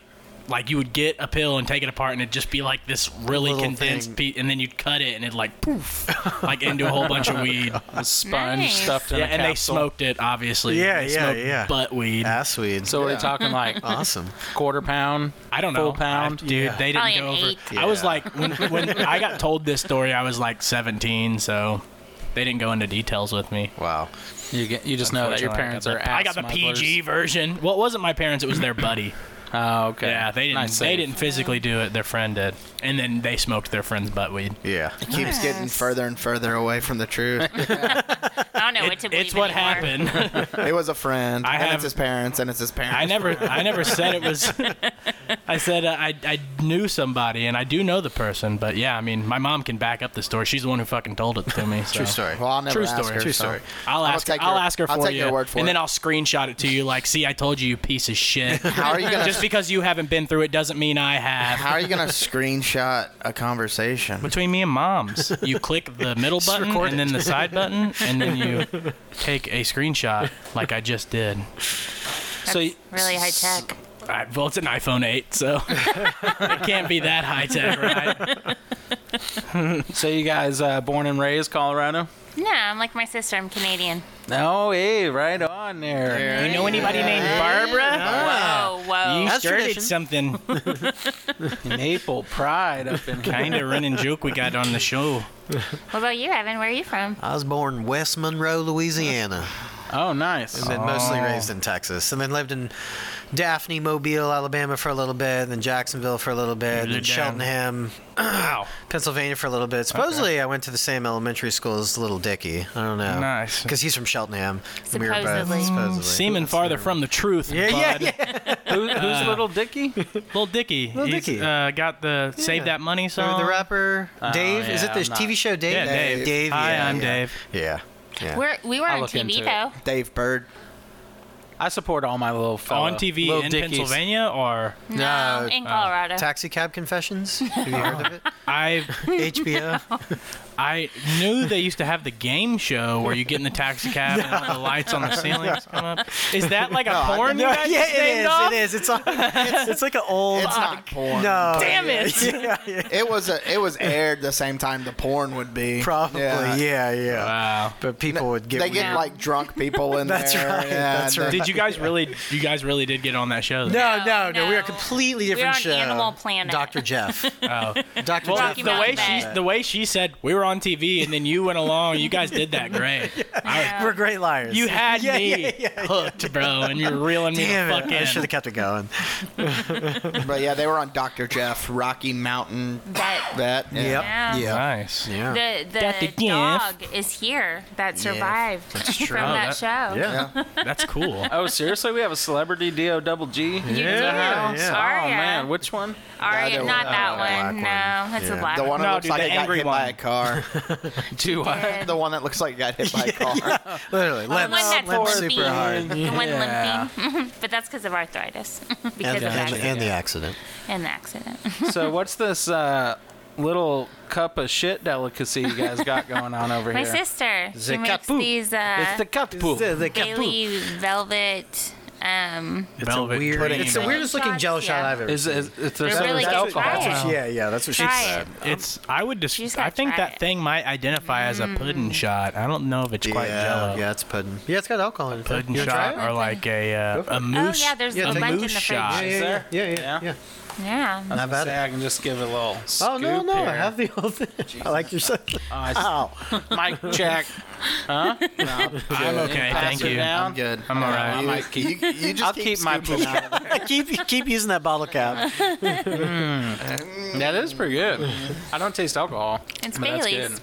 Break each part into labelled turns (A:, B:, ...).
A: like you would get a pill and take it apart, and it'd just be like this really
B: Little
A: condensed
B: thing.
A: piece, and then you'd cut it, and it'd like poof, like into a whole bunch of weed.
C: A sponge
D: Nice.
C: stuffed in
A: Yeah,
C: a
A: and they
C: capsule.
A: smoked it, obviously.
B: Yeah,
A: They
B: yeah,
A: smoked
B: yeah.
A: Butt weed.
B: ass weed
C: So we are we talking like
B: awesome
C: quarter pound?
A: I don't know.
C: Full pound?
A: I- dude, they didn't
D: Probably
A: go
D: an
A: over.
D: eight.
A: I was
B: Yeah.
A: like, when, when I got told this story, I was like 17, so they didn't go into details with me.
B: wow
C: You get, you just know that your parents are.
A: I
C: ass
A: got the
C: smugglers.
A: PG version. Well, it wasn't my parents; it was their buddy.
C: Oh, okay.
A: yeah, they didn't.
C: Nice
A: they
C: save.
A: didn't physically do it. Their friend did, and then they smoked their friend's butt weed.
B: yeah
E: Keeps getting further and further away from the truth.
D: I don't know what to believe
A: It's what
D: anymore.
A: happened.
E: it was a friend.
A: I
E: and
A: have-
E: it's his parents. And it's his parents.
A: I never, I never said it was. I said uh, I, I knew somebody, and I do know the person. But yeah, I mean, my mom can back up the story. She's the one who fucking told it to me. So.
B: true story
E: Well, I'll never
A: True
E: ask
A: story.
E: her,
B: True
E: so-
B: story.
A: I'll
E: I'll
A: ask.
E: take
A: I'll
E: your-
A: ask her
E: I'll
A: for
E: take
A: you,
E: your word for
A: and then
E: it.
A: I'll screenshot it to you. Like, see, I told you, you piece of shit.
E: How are you gonna?
A: Just because you haven't been through it doesn't mean I have.
E: how are you gonna screenshot a conversation?
A: between me and moms. You click the middle button and then the side button, and then you take a screenshot like I just did.
C: So y-
D: Really high tech.
A: I, well, it's an iPhone 8, so it can't be that high tech, right?
C: so you guys uh, born and raised Colorado?
D: No, I'm like my sister. I'm Canadian.
C: No, hey, right on there.
A: You know anybody named Barbara?
D: Whoa, whoa.
A: You
B: Oh, That's
A: started
B: tradition.
A: something.
C: Maple pride up in here.
A: kind of running joke we got on the show.
D: what about you, Evan? Where are you from?
B: I was born in West Monroe, Louisiana,
C: Oh, nice.
B: and then mostly
A: Oh.
B: raised in Texas, and then lived in Daphne, Mobile, Alabama for a little bit, then Jacksonville for a little bit,
A: Really
B: then Cheltenham,
A: Wow.
B: Pennsylvania for a little bit. Supposedly, I went to the same elementary school as Little Dicky. I don't know.
A: Nice.
B: Because he's from Cheltenham. and We were both,
D: Supposedly.
B: supposedly.
A: Mm, Seeming farther from the truth. Yeah,
B: yeah,
C: Who, who's
A: Uh,
C: little Dicky?
A: Little Dicky. Little
B: Dicky.
A: Uh, got the Save That Money
B: Or
A: song.
B: the rapper
A: Oh,
B: Dave. Is
C: yeah,
B: it the
C: I'm not-
B: TV show Dave?
A: Yeah, Dave.
B: Dave.
A: Hi,
B: yeah,
A: I'm
B: yeah.
A: Dave.
B: Yeah. Yeah.
D: We're, we were
C: I'll
D: on
C: look into
D: TV,
C: it.
D: though.
E: Dave Bird.
C: I support all my little fellow.
A: On TV
C: little
A: in
C: Dickies.
A: Pennsylvania, or
B: No,
D: in Colorado.
B: Taxi Cab Confessions. Have you heard of it?
A: I
B: HBO.
A: I knew they used to have the game show where you get in the taxi cab and all the lights on the ceilings come up. Is that like a porn you guys just named
B: yeah,
A: off?
B: it is. It is. It's, on, it's, it's like an old.
E: It's not porn.
B: no.
A: Damn it!
E: It was a, it was aired the same time the porn would be.
B: Probably. Yeah, yeah.
A: Wow.
B: But people would get.
E: They get
D: Yeah.
E: like drunk people in
B: That's
E: there.
B: right,
E: Yeah,
B: that's
E: and
B: right.
A: Did you guys really? You guys really did get on that show? though?
B: no, no, no, We are a
D: No.
B: completely
D: We're
B: different
D: on
B: show.
D: Animal Planet.
B: Dr. Jeff. Dr.
A: Oh. Well,
B: Jeff.
D: Rocky
A: the way
D: Mountain
A: she
D: Bed.
A: the way she said we were were on TV, and then you went along. You guys did that great. I-
B: We're great liars.
A: you had
B: Yeah,
A: me
B: yeah, yeah, yeah.
A: hooked, bro, and you're reeling me
B: Damn
A: the
B: it.
A: fuck
B: I
A: in.
B: should have kept it going.
E: But yeah, they were on Dr. Jeff, Rocky Mountain,
D: That.
E: that.
B: Yep.
D: Yeah.
E: Yeah.
A: Nice.
B: Yeah.
D: The the
A: Got the gift.
D: dog is here that survived from
C: Oh,
D: that,
C: that-
D: show.
B: yeah.
A: That's cool.
C: Oh, seriously? We have a celebrity D-O double G?
D: You
B: Yeah,
D: do.
B: yeah.
D: Aria.
C: Oh, man. Which one?
D: Aria,
E: Another
D: not
E: one.
D: that
E: Oh,
B: black
D: one.
B: one.
D: No, it's a
B: Yeah.
D: black
E: The one that
A: No,
E: looks
A: dude,
E: like
A: the
E: it got
A: angry
E: hit by
A: one.
E: a car.
C: Do I?
D: one.
E: the one that looks like it got hit by a car.
B: Literally.
D: The one
B: Limp,
D: that's
B: limp
D: limping.
B: super hard.
D: The one limping. but that's because of arthritis. because
B: And,
D: of
B: uh, and,
D: accident.
B: and the accident.
D: And the accident.
C: so what's this uh, little cup of shit delicacy you guys got going on over
D: My
C: here?
D: sister.
C: The
D: she makes
C: kapu.
D: these uh,
C: it's the katpu.
D: Bailey velvet. Um,
B: It's a
A: Velvet
B: weird.
A: pudding.
B: It's the weirdest looking gel shot
D: Yeah.
B: I've ever
C: Is,
B: seen.
C: is, is there
D: They're
C: some
D: really good.
C: alcohol?
D: Try it.
B: Yeah, yeah, that's what she
D: try
B: said.
D: it.
A: It's. I would just.
D: She's gotta
A: I think
D: try
A: that
D: it. Mm.
A: thing might identify as a pudding shot. I don't know if it's quite
B: Yeah,
A: jello.
B: yeah, it's pudding. Yeah, it's got alcohol in it.
A: Pudding
B: You wanna try
A: shot
B: it?
A: or like a uh, a moose.
D: Oh, yeah, there's
B: a
A: a
B: bunch
D: in the
A: moose
D: fridge.
A: shot.
B: Yeah,
C: Is
B: yeah,
C: there?
B: yeah, yeah, yeah, yeah.
D: Yeah.
B: Not bad.
C: Say I can just give it a little
B: Oh no,
C: scoop
B: no,
C: here.
B: I have the whole thing. I like your son.
C: Oh, I s-
B: Ow.
C: Mike check. Huh? No.
A: I'm okay,
C: Pass
A: thank
C: it
A: you.
C: down.
E: I'm good.
A: I'm all right.
C: I might keep.
E: You, you just
C: I'll keep my
E: scooping
C: poop.
E: out of it.
B: keep keep using that bottle cap.
C: That is pretty good. I don't taste alcohol.
D: It's
C: but that's
D: Bailey's.
C: good.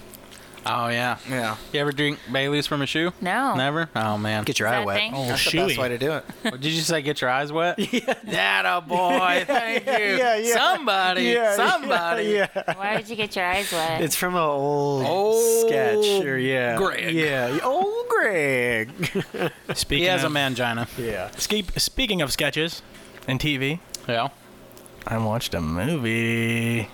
C: Oh yeah.
E: Yeah.
C: You ever drink Bailey's from a shoe?
D: No.
C: Never. Oh man.
B: Get your
D: Is that
B: eye
D: a
B: wet.
D: thing?
A: Oh,
E: That's the
A: shooey.
E: best way to do it.
C: Did you say get your eyes wet? Yeah. a boy. Thank you.
B: yeah, yeah.
C: Somebody. somebody.
B: Yeah, yeah.
D: Why did you get your eyes wet?
B: It's from an old sketch. Or, yeah.
C: Greg.
B: Yeah. Old Greg.
A: Speaking
C: He has a
A: of,
C: mangina.
B: yeah.
A: skeep- speaking of sketches and TV,
C: Yeah.
A: I watched a movie,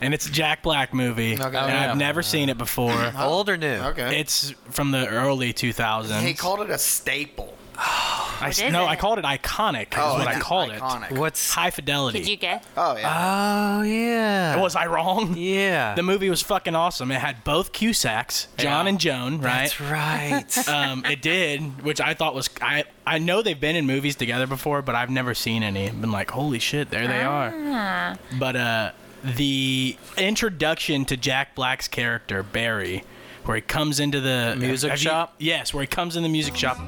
A: and it's a Jack Black movie, and
D: Oh,
C: yeah.
A: I've never seen it before.
B: Old or new?
E: Okay.
A: It's from the early 2000s.
E: he called it a staple.
A: I, s-
D: What is
A: no,
D: it? Oh,
A: I called it iconic. Is what I called it.
B: What's?
A: High fidelity.
D: Did you get?
E: Oh yeah.
B: Oh yeah.
A: Was I wrong?
B: Yeah.
A: The movie was fucking awesome. It had both Cusacks, John
C: Yeah.
A: and Joan, right?
B: That's right.
A: um, it did, which I thought was I. I know they've been in movies together before, but I've never seen any. I've been like, holy shit, there they are.
B: Ah.
A: But uh, the introduction to Jack Black's character Barry, where he comes into the
C: Music
A: have you-
C: shop?
A: yes, where he comes in the music shop.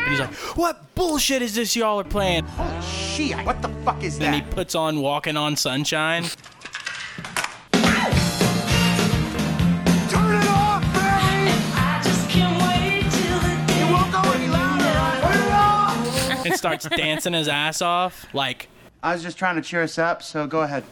A: And he's like, "What bullshit is this y'all are playing?"
F: What the fuck is
A: Then he puts on "Walking on Sunshine."
F: Turn it off, Barry!
G: I just can't wait till the day.
F: It won't go any louder! Turn it off!
A: and starts dancing his ass off. Like
F: I was just trying to cheer us up, so go ahead.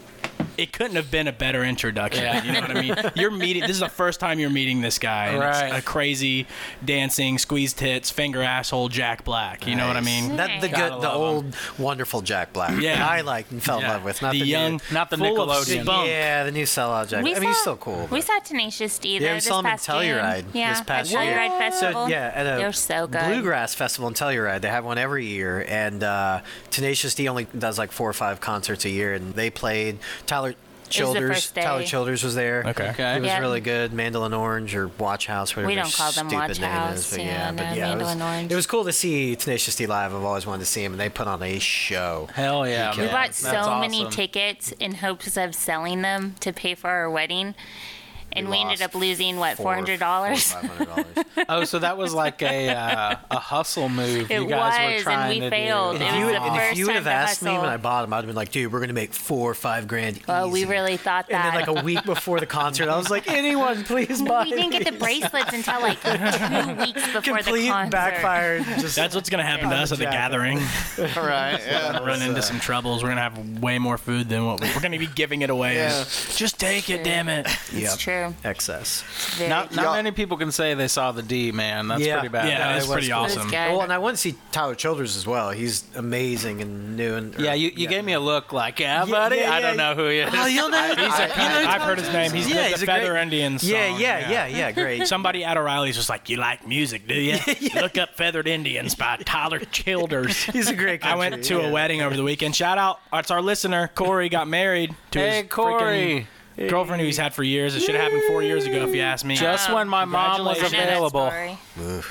A: it couldn't have been a better introduction. You know what I mean? You're meeting. This is the first time you're meeting this guy. and it's
C: Right.
A: a crazy dancing, squeezed tits, finger asshole, Jack Black. You know what I mean?
B: That the
A: Gotta
B: good, the
A: love
B: old, wonderful Jack Black.
A: Yeah.
B: I liked and fell in
A: Yeah.
B: love with. Not
A: uh, the,
B: the,
A: young,
B: New,
C: Not the
A: full of
C: Nickelodeon.
A: spunk.
B: Yeah, the new sellout Jack.
D: We
B: I mean,
D: saw,
B: he's still cool.
D: We
B: but-
D: saw Tenacious D there
B: yeah, we
D: this
B: saw him at
D: past June.
B: Telluride
D: Yeah,
B: this past
D: at
B: year.
D: Telluride Festival.
B: So yeah, at a
D: They're so good.
B: bluegrass festival in Telluride. They have one every year, and uh, Tenacious D only does like four or five concerts a year, and they played Tyler. Childers,
D: first day.
B: Tyler Childers was there.
A: Okay.
C: Okay.
B: it was
D: Yeah.
B: really good. Mandolin Orange or Watch House, whatever.
D: We don't
B: their
D: call them
B: stupid
D: Watch
B: name
D: House,
B: is, but
D: yeah,
B: yeah,
D: no,
B: but yeah, it was,
D: Mandolin Orange.
B: It was cool to see Tenacious D live. I've always wanted to see him, and they put on a show.
C: Hell yeah.
B: We
D: We
C: man.
D: bought
C: That's
D: so many
C: awesome.
D: tickets in hopes of selling them to pay for our wedding, and we, ended
B: lost
D: up losing what four hundred dollars.
B: Four, four, $500.
C: Oh, so that was like a uh, a hustle move.
D: It
C: you guys were
D: was,
C: trying
D: and we
C: to
D: failed.
C: Do.
D: It
B: if you,
D: was
B: would,
D: the
B: and if
D: first
B: you would
D: time
B: have
D: that I
B: asked me when
D: sold.
B: I bought them, I'd have been like, dude, we're going to make four or five grand.
D: Oh, we
B: easy."
D: really thought
B: And then
D: that.
B: like a week before the concert, I was like, anyone, please buy
D: we didn't get the bracelets until like two weeks before
B: Complete
D: the concert.
B: backfired. Just
A: That's what's gonna happen to us at the
B: Jack.
A: gathering.
E: All right. Yeah.
A: Run into some troubles. We're gonna have way more food than what we, we're gonna be giving it away.
E: Yeah.
A: Just take it, damn it.
D: It's true.
B: excess.
D: It's very
C: Not,
D: true.
C: not
E: Y'all-
C: many people can say they saw the D, man. That's
B: Yeah.
C: pretty bad.
A: Yeah,
B: it
A: that's
B: was
A: pretty
B: cool. It
D: was
A: awesome.
D: good.
B: Well, and I want to see Tyler Childers as well. He's amazing and new. And
C: Yeah, you, you gave me a look like, yeah, buddy,
B: yeah,
C: I don't
B: yeah.
C: know who he is.
B: Oh, you'll know.
A: He's a- I've heard his name. He's
B: Yeah,
A: the,
B: he's
A: the
B: a great-
A: Feather Indian song.
B: yeah, yeah, yeah, yeah. Great.
A: Somebody at O'Reilly's was like, "You like music, do you? Look up Feathered Indians by Tyler Childers."
B: He's a great.
A: I
B: Country,
A: went to
B: yeah.
A: a wedding over the weekend. Shout out, it's our listener Corey got married to
C: Hey,
A: his
C: Corey.
A: freaking Girlfriend who he's had for years. It should have happened four years ago, if you ask me.
C: Just when my mom was
D: I know that
C: available.
D: story.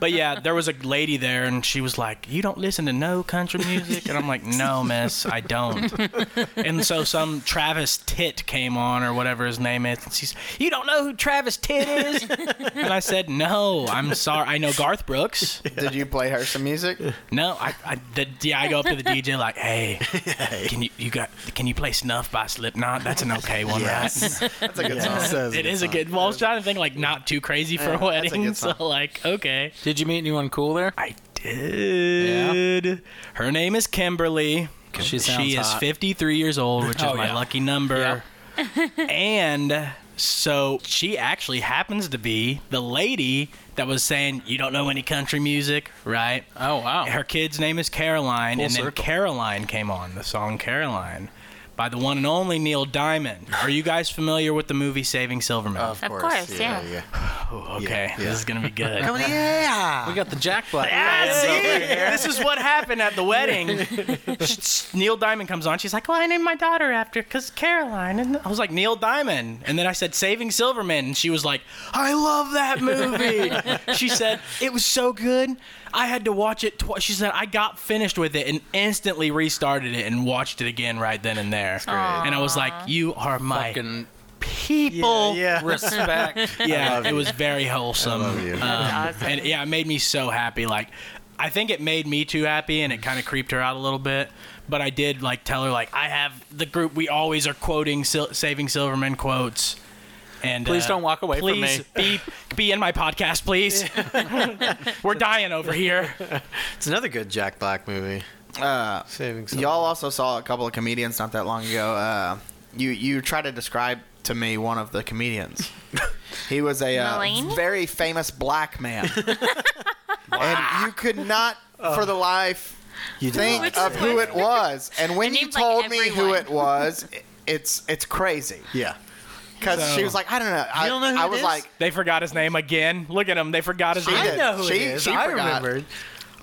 A: But yeah, there was a lady there, and she was like, "You don't listen to no country music," and I'm like, "No, miss, I don't." and so some Travis Tit came on, or whatever his name is, and she's, "You don't know who Travis Tit is?" and I said, "No, I'm sorry. I know Garth Brooks.
E: Did you play her some music?
A: No, I, I, the, yeah, I go up to the DJ like, hey, can you, you got, can you play Snuff by Slipknot? That's an okay one, right?"
E: That's a good song.
B: Says
A: It is a good. Well, I was trying to think like not too crazy for a wedding,
E: good
A: so like okay.
C: Did you meet anyone cool there?
A: I did. Her name is Kimberly.
C: She sounds
A: she is
C: hot.
A: 53 years old, which is
C: Oh,
A: my
C: yeah.
A: lucky number. and so she actually happens to be the lady that was saying, You don't know any country music, right?
C: Oh wow.
A: Her kid's name is Caroline. and then Caroline came on, the song Caroline. By the one and only Neil Diamond. Are you guys familiar with the movie Saving Silverman?
D: Of course, yeah.
A: Oh, okay, this is gonna be good.
B: Yeah.
C: we got the Jack Black.
A: Ah, see, this is what happened at the wedding. Neil Diamond comes on. She's like, "Well, I named my daughter after because Caroline." And I was like, "Neil Diamond," and then I said, "Saving Silverman," and she was like, "I love that movie." she said, "It was so good. I had to watch it twice." She said, "I got finished with it and instantly restarted it and watched it again right then and there." And I was like, "You are my
C: Fucking
A: people."
B: Yeah.
C: respect.
A: Yeah, it was very wholesome. Um,
D: That's awesome.
A: And yeah, it made me so happy. Like, I think it made me too happy, and it kind of creeped her out a little bit. But I did like tell her like I have the group. We always are quoting Sil- Saving Silverman quotes. And uh,
C: Please don't walk away from
A: please Be, be in my podcast, please. We're dying over here.
B: It's another good Jack Black movie. Uh, Saving Silverman.
E: Y'all also saw a couple of comedians not that long ago. Uh, you you try to describe to me one of the comedians. he was a uh,
D: Mulaney?
E: very famous black man, and you could not for the life think of who it was. And when
D: I
E: you
D: named, like,
E: told me who
D: everyone.
E: it was, i- it's it's crazy
B: Yeah.
E: because she was like, I don't know. I,
B: don't know who
E: I
B: it
E: was
B: is?
E: like,
A: They forgot his name again. Look at him. They forgot his
E: She
A: name.
E: did.
B: know who
E: She-
B: it is.
E: she
B: I
E: forgot.
B: remembered.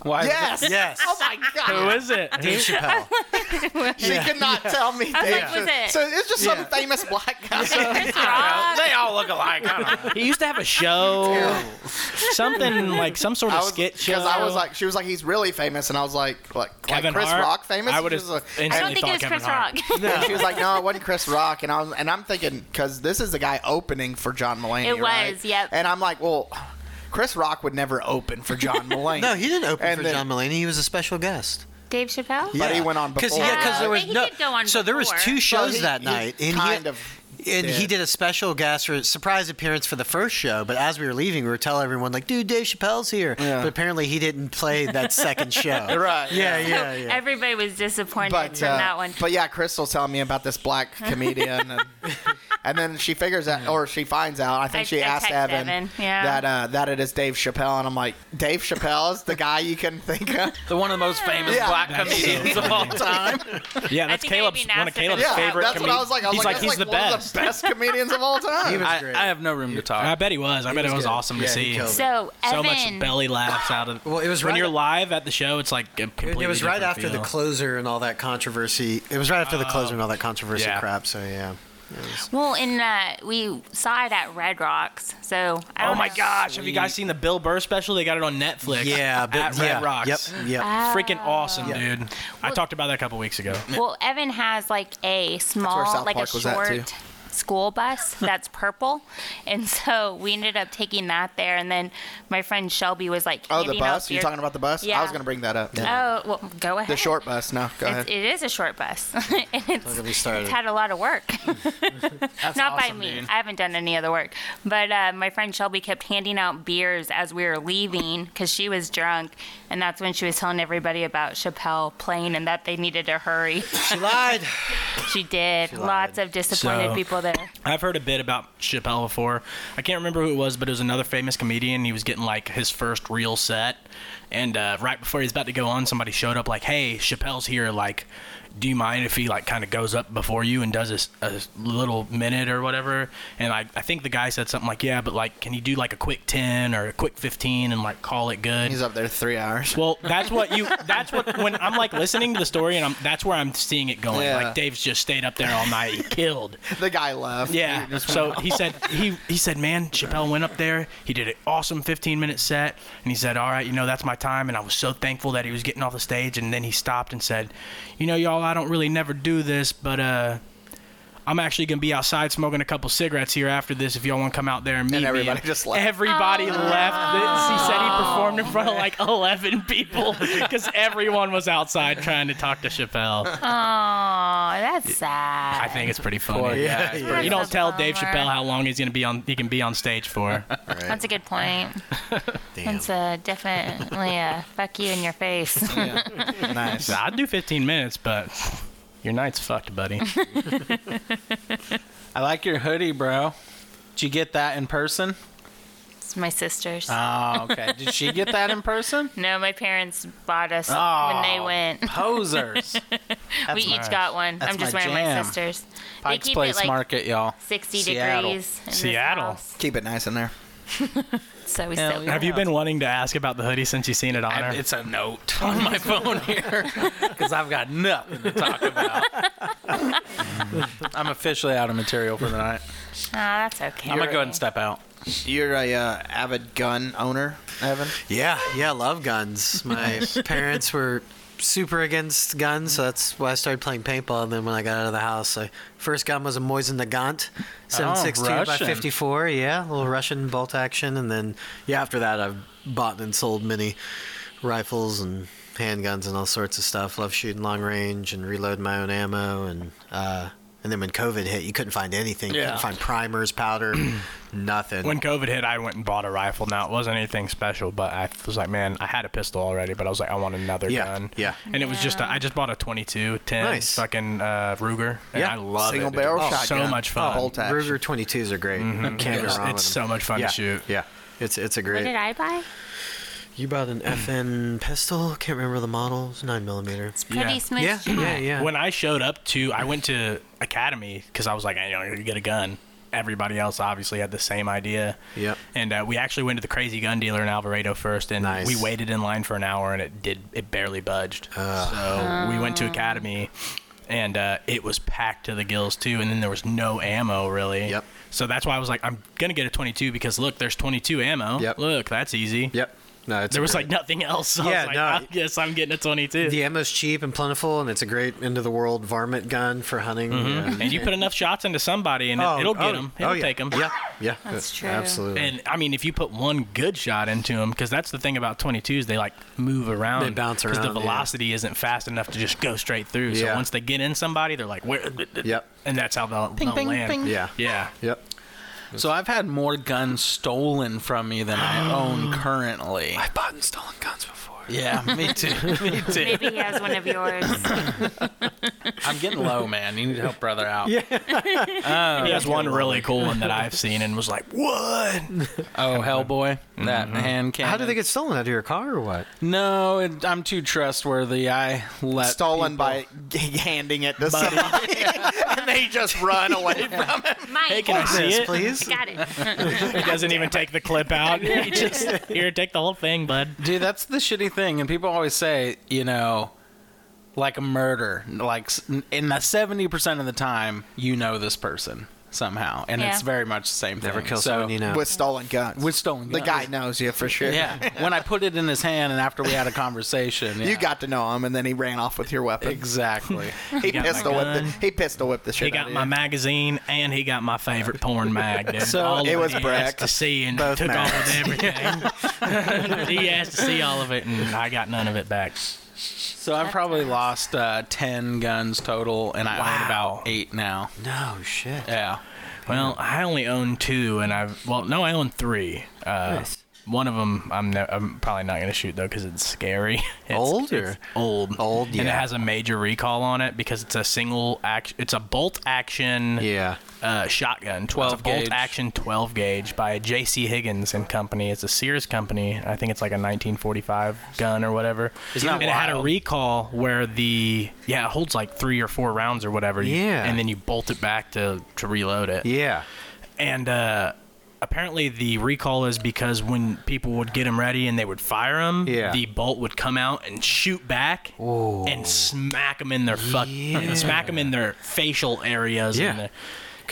C: Why?
E: yes,
B: Yes.
E: Oh my
A: Who
E: god,
A: is it?
B: Dave Chappelle.
E: she could not tell me.
D: I was like,
E: that.
D: was it-
E: So it's just some famous black guy.
D: Chris Rock.
C: They all look alike. I don't know.
A: He used to have a show. Something like some sort of
E: I was
A: skit show.
E: because I was like, she was like, he's really famous, and I was like, like, like
A: Kevin
E: Chris
A: Hart?
E: Rock famous.
A: I
E: And
A: would
E: she
A: have
E: was like-
A: instantly
D: I don't think
A: thought
D: it was
A: Kevin
D: Chris
A: Hart.
D: Rock.
E: and she was like, no, it wasn't Chris Rock, and I was, and I'm thinking because this is the guy opening for John Mulaney.
D: It was,
E: right?
D: yep.
E: And I'm like, well, Chris Rock would never open for John Mulaney.
B: No, he didn't open
E: And
B: for
E: then-
B: John Mulaney. He was a special guest.
D: Dave Chappelle.
E: But he went on
B: Because
E: before
B: yeah,
E: that.
B: because there
D: Oh,
B: was
D: but he
B: no.
D: did go on
B: so there was
D: before.
B: two shows
E: he-
B: that
E: he
B: night, and
E: kind
B: he,
E: of
B: and he
E: did.
B: did a special guest or surprise appearance for the first show. But as we were leaving, we were telling everyone like, "Dude, Dave Chappelle's here." But apparently, he didn't play that second show.
E: Right,
B: Yeah, yeah, yeah.
D: Everybody was disappointed
E: But
D: from
E: uh,
D: that one.
E: but yeah, Crystal's telling me about this black comedian, and, and then she figures out, or she finds out. I think
D: I-
E: she
D: I
E: asked
D: text
E: Evan,
D: Evan, yeah.
E: that uh, that it is Dave Chappelle, and I'm like, Dave Chappelle is the guy you can think of.
C: The one of the most famous
E: Yeah.
C: black comedians of all time.
A: Yeah, that's
D: think I'd
A: Caleb's
D: be
A: one of
D: nasty
A: Caleb's
D: if I-
E: Yeah,
A: favorite.
E: that's what I was like. I was
A: he's
E: like,
A: he's
E: that's
A: the
E: like one
A: best.
E: of the best comedians of all time.
B: was
C: I,
B: great.
C: I have no room to
A: I
C: talk.
A: bet he was. I bet it was awesome to
B: Yeah, he
A: see.
B: killed it.
D: so Evan,
A: so much belly laughs out of.
B: Well, it was
A: when
B: right-
A: you're live at the show. It's like a completely
B: It was right
A: different
B: after the
A: feel.
B: closer and all that controversy. It was right after the closer and all that controversy
A: Oh. yeah.
B: crap. So yeah.
D: Well, and uh, we saw it at Red Rocks. So I
A: Oh
D: don't
A: my
D: know.
A: gosh! Have you guys seen the Bill Burr special? They got it on Netflix.
B: Yeah, but-
A: at
B: yeah,
A: Red Rocks.
B: Yep, yep.
A: Freaking awesome, dude! I talked about that a couple weeks ago.
D: Well, Evan has like a small,
E: South
D: like a
E: Park was at, too.
D: short school bus that's purple, and so we ended up taking that there. And then my friend Shelby was like,
E: Oh, the
D: handing out
E: bus? You're
D: beer-
E: talking about the bus?
D: Yeah.
E: I was going to bring that up.
D: Oh, well, go ahead.
E: The short bus. No, go ahead.
D: It's, it is a short bus, and it's,
B: get me started.
D: it's had a lot of work. Not by me. I haven't done any other work. But uh, my friend Shelby kept handing out beers as we were leaving because she was drunk, and that's when she was telling everybody about Chappelle playing and that they needed to hurry.
B: She lied.
D: She did. Lots of disappointed
A: So-
D: people there.
A: I've heard a bit about Chappelle before. I can't remember who it was, but it was another famous comedian. He was getting like his first real set, and uh, right before he was about to go on, somebody showed up like, "Hey, Chappelle's here. Like, do you mind if he like kind of goes up before you and does a s- a, s- little minute or whatever? And like, I think the guy said something like, yeah, but like, can you do like a quick 10 or a quick 15 and like call it good?
E: He's up there three hours.
A: Well, that's what you. That's what when I'm like listening to the story, and I'm that's where I'm seeing it going.
E: Yeah.
A: Like Dave's just stayed up there all night, he killed.
E: The guy left.
A: Yeah. So he said he he said, man, Chappelle went up there. He did an awesome 15 minute set, and he said, all right, you know that's my time, and I was so thankful that he was getting off the stage, and then he stopped and said, you know, y'all, I don't really never do this, but uh. I'm actually gonna be outside smoking a couple cigarettes here after this. If y'all want to come out there and meet me."
E: everybody just left.
A: Everybody left. He said he performed in front of like 11 people because everyone was outside trying to talk to Chappelle.
D: Aw, that's sad.
A: I think it's pretty funny.
E: yeah, yeah.
A: You don't
D: That's a
A: tell Dave
D: bummer.
A: Chappelle how long he's gonna be on. He can be on stage for.
D: That's a good point. That's a definitely a fuck you in your face.
E: Nice.
A: So I'd do 15 minutes, but your night's fucked, buddy.
C: I like your hoodie, bro. Did you get that in person?
D: it's my sister's.
C: Oh, okay. Did she get that in person?
D: no, my parents bought us when they
C: Oh,
D: went.
C: Posers.
D: we each got one.
C: That's
D: I'm just
C: my
D: wearing my
C: jam.
D: sister's.
C: Pike's
D: they keep
C: Place
D: it like
C: Market, y'all.
D: 60
C: Seattle.
D: degrees. In
A: Seattle.
D: This house.
E: Keep it nice in there.
D: So we
C: Hell
D: sit
C: yeah.
A: Have you been wanting to ask about the hoodie since you seen it on her?
C: I- it's a note on my phone here because I've got nothing to talk about. I'm officially out of material for the night.
D: Oh, that's okay.
C: I'm gonna go ahead and step out.
E: You're a uh, avid gun owner, Evan.
B: Yeah, yeah, I love guns. My parents were super against guns, so that's why I started playing paintball. And then when I got out of the house, I first gun was a Moisin Nagant, 762
C: Oh,
B: by
C: Russian.
B: 54. Yeah, a little Russian bolt action. And then, yeah, after that, I've bought and sold many rifles and handguns and all sorts of stuff. Love shooting long range and reloading my own ammo. And, uh, and then when COVID hit, you couldn't find anything. You
C: Yeah.
B: couldn't find primers, powder, nothing.
A: when COVID hit, I went and bought a rifle. Now it wasn't anything special, but I was like, man, I had a pistol already, but I was like, I want another
B: Yeah,
A: gun.
B: yeah.
A: And it was just, a, I just bought a 22, 10,
B: Nice.
A: fucking uh, Ruger. And
B: Yeah.
A: I love
E: Single
A: it.
E: barrel
A: it's
E: shotgun.
A: So much fun.
B: Oh.
E: Bolt action.
B: Ruger 22s are great. Can't go
A: Mm-hmm. It's,
B: wrong
A: it's
B: with them.
A: so much fun
B: yeah.
A: to shoot.
B: Yeah. It's it's a
D: What did
B: great. Mm-hmm.
D: I buy?
B: You bought an FN pistol. Can't remember the model. It's nine millimeter.
D: It's pretty
A: Yeah.
D: smooth.
B: Yeah,
D: shot.
B: yeah, yeah.
A: When I showed up to, I went to academy because I was like, I know you get a gun. Everybody else obviously had the same idea.
B: Yep.
A: And uh, we actually went to the crazy gun dealer in Alvarado first, and
B: Nice.
A: we waited in line for an hour, and it did it barely budged. so we went to academy, and uh, it was packed to the gills too, and then there was no ammo really.
B: Yep.
A: So that's why I was like, I'm gonna get a 22 because look, there's 22 ammo.
B: Yep.
A: Look, that's easy.
B: yep. No, it's
A: There was
B: great.
A: like nothing else. So
B: Yeah,
A: I was like, "Ah."
B: no.
A: I guess I'm getting a 22.
B: the ammo's cheap and plentiful, and it's a great end of the world varmint gun for hunting. Yeah.
A: Mm-hmm. and you put enough shots into somebody, and it, it'll get them.
B: oh,
A: It'll
B: yeah.
A: take them.
B: Yeah, yeah.
D: That's
B: Uh,
D: true.
B: Absolutely.
A: And I mean, if you put one good shot into them, because that's the thing about 22s, they like move around.
B: They bounce
A: Because
B: around,
A: the
B: yeah.
A: velocity isn't fast enough to just go straight through. So
B: Yeah.
A: once they get in somebody, they're like, where?
B: Yep.
A: And that's how they'll, they'll
C: ping,
A: land.
C: ping.
B: yeah.
A: Yeah.
B: Yep.
C: So I've had more guns stolen from me than I own currently.
B: I've bought and stolen guns before.
C: Yeah, me too. me too.
D: Maybe he has one of yours.
C: I'm getting low, man. You need to help brother out. Yeah.
A: He has one really cool one that I've seen and was like, what?
C: Oh, Hellboy.
A: Mm-hmm.
C: That hand cannon.
B: How did they get stolen? Out of your car or what?
C: No, it, I'm too trustworthy. I
E: Uh,
C: let
E: Stolen
C: people-
E: by g- handing it to somebody, and they just run away from it.
D: Mine.
A: Hey, can I see
B: Yes,
A: it?
B: please.
D: Got it.
A: He doesn't even take the clip out. He just, here, take the whole thing, bud.
C: Dude, that's the shitty thing, and people always say, you know, like a murder, like s- in the seventy percent of the time, you know this person somehow, and it's
D: Yeah.
C: very much the same thing.
B: Never kill
C: so,
B: someone you know.
E: With stolen guns.
C: With stolen
E: The
C: guns.
E: guy knows you for sure.
C: Yeah, when I put it in his hand, and after we had a conversation, yeah.
E: You got to know him, and then he ran off with your weapon.
C: exactly.
E: He
A: got my
E: pistol whipped. The,
A: gun.
E: he pistol whipped the shit
A: He got
E: out
A: my
E: of you.
A: magazine and he got my favorite porn mag. Dude.
C: So
A: all
E: it
A: of
E: was
A: he asked
E: Breck.
A: to see and
E: Both
A: took
E: mags.
A: all of everything. he asked to see all of it and I got none of it back.
C: So I've probably lost uh, ten guns total, and I own
A: Wow.
C: about eight now.
B: no shit.
C: Yeah.
A: Well, I only own two and I've well no, I own three. Uh, One of them, I'm no, I'm probably not gonna shoot though because it's scary. It's,
B: Old or-
A: it's old,
B: Old,
A: and it
B: yeah.
A: has a major recall on it because it's a single act. It's a bolt action.
B: Yeah.
A: Uh, shotgun, 12 bolt
C: gauge.
A: action 12 gauge by J.C. Higgins and Company. It's a Sears company. I think it's like a 1945 gun or whatever.
C: Isn't that
A: and it had a
C: wild?
A: recall where the yeah it holds like three or four rounds or whatever. You-
B: Yeah.
A: and then you bolt it back to to reload it.
B: Yeah.
A: And uh, apparently the recall is because when people would get them ready and they would fire them,
B: Yeah.
A: the bolt would come out and shoot back and smack them in their fuck, smack 'em in their facial areas.
B: Yeah.
A: And, the,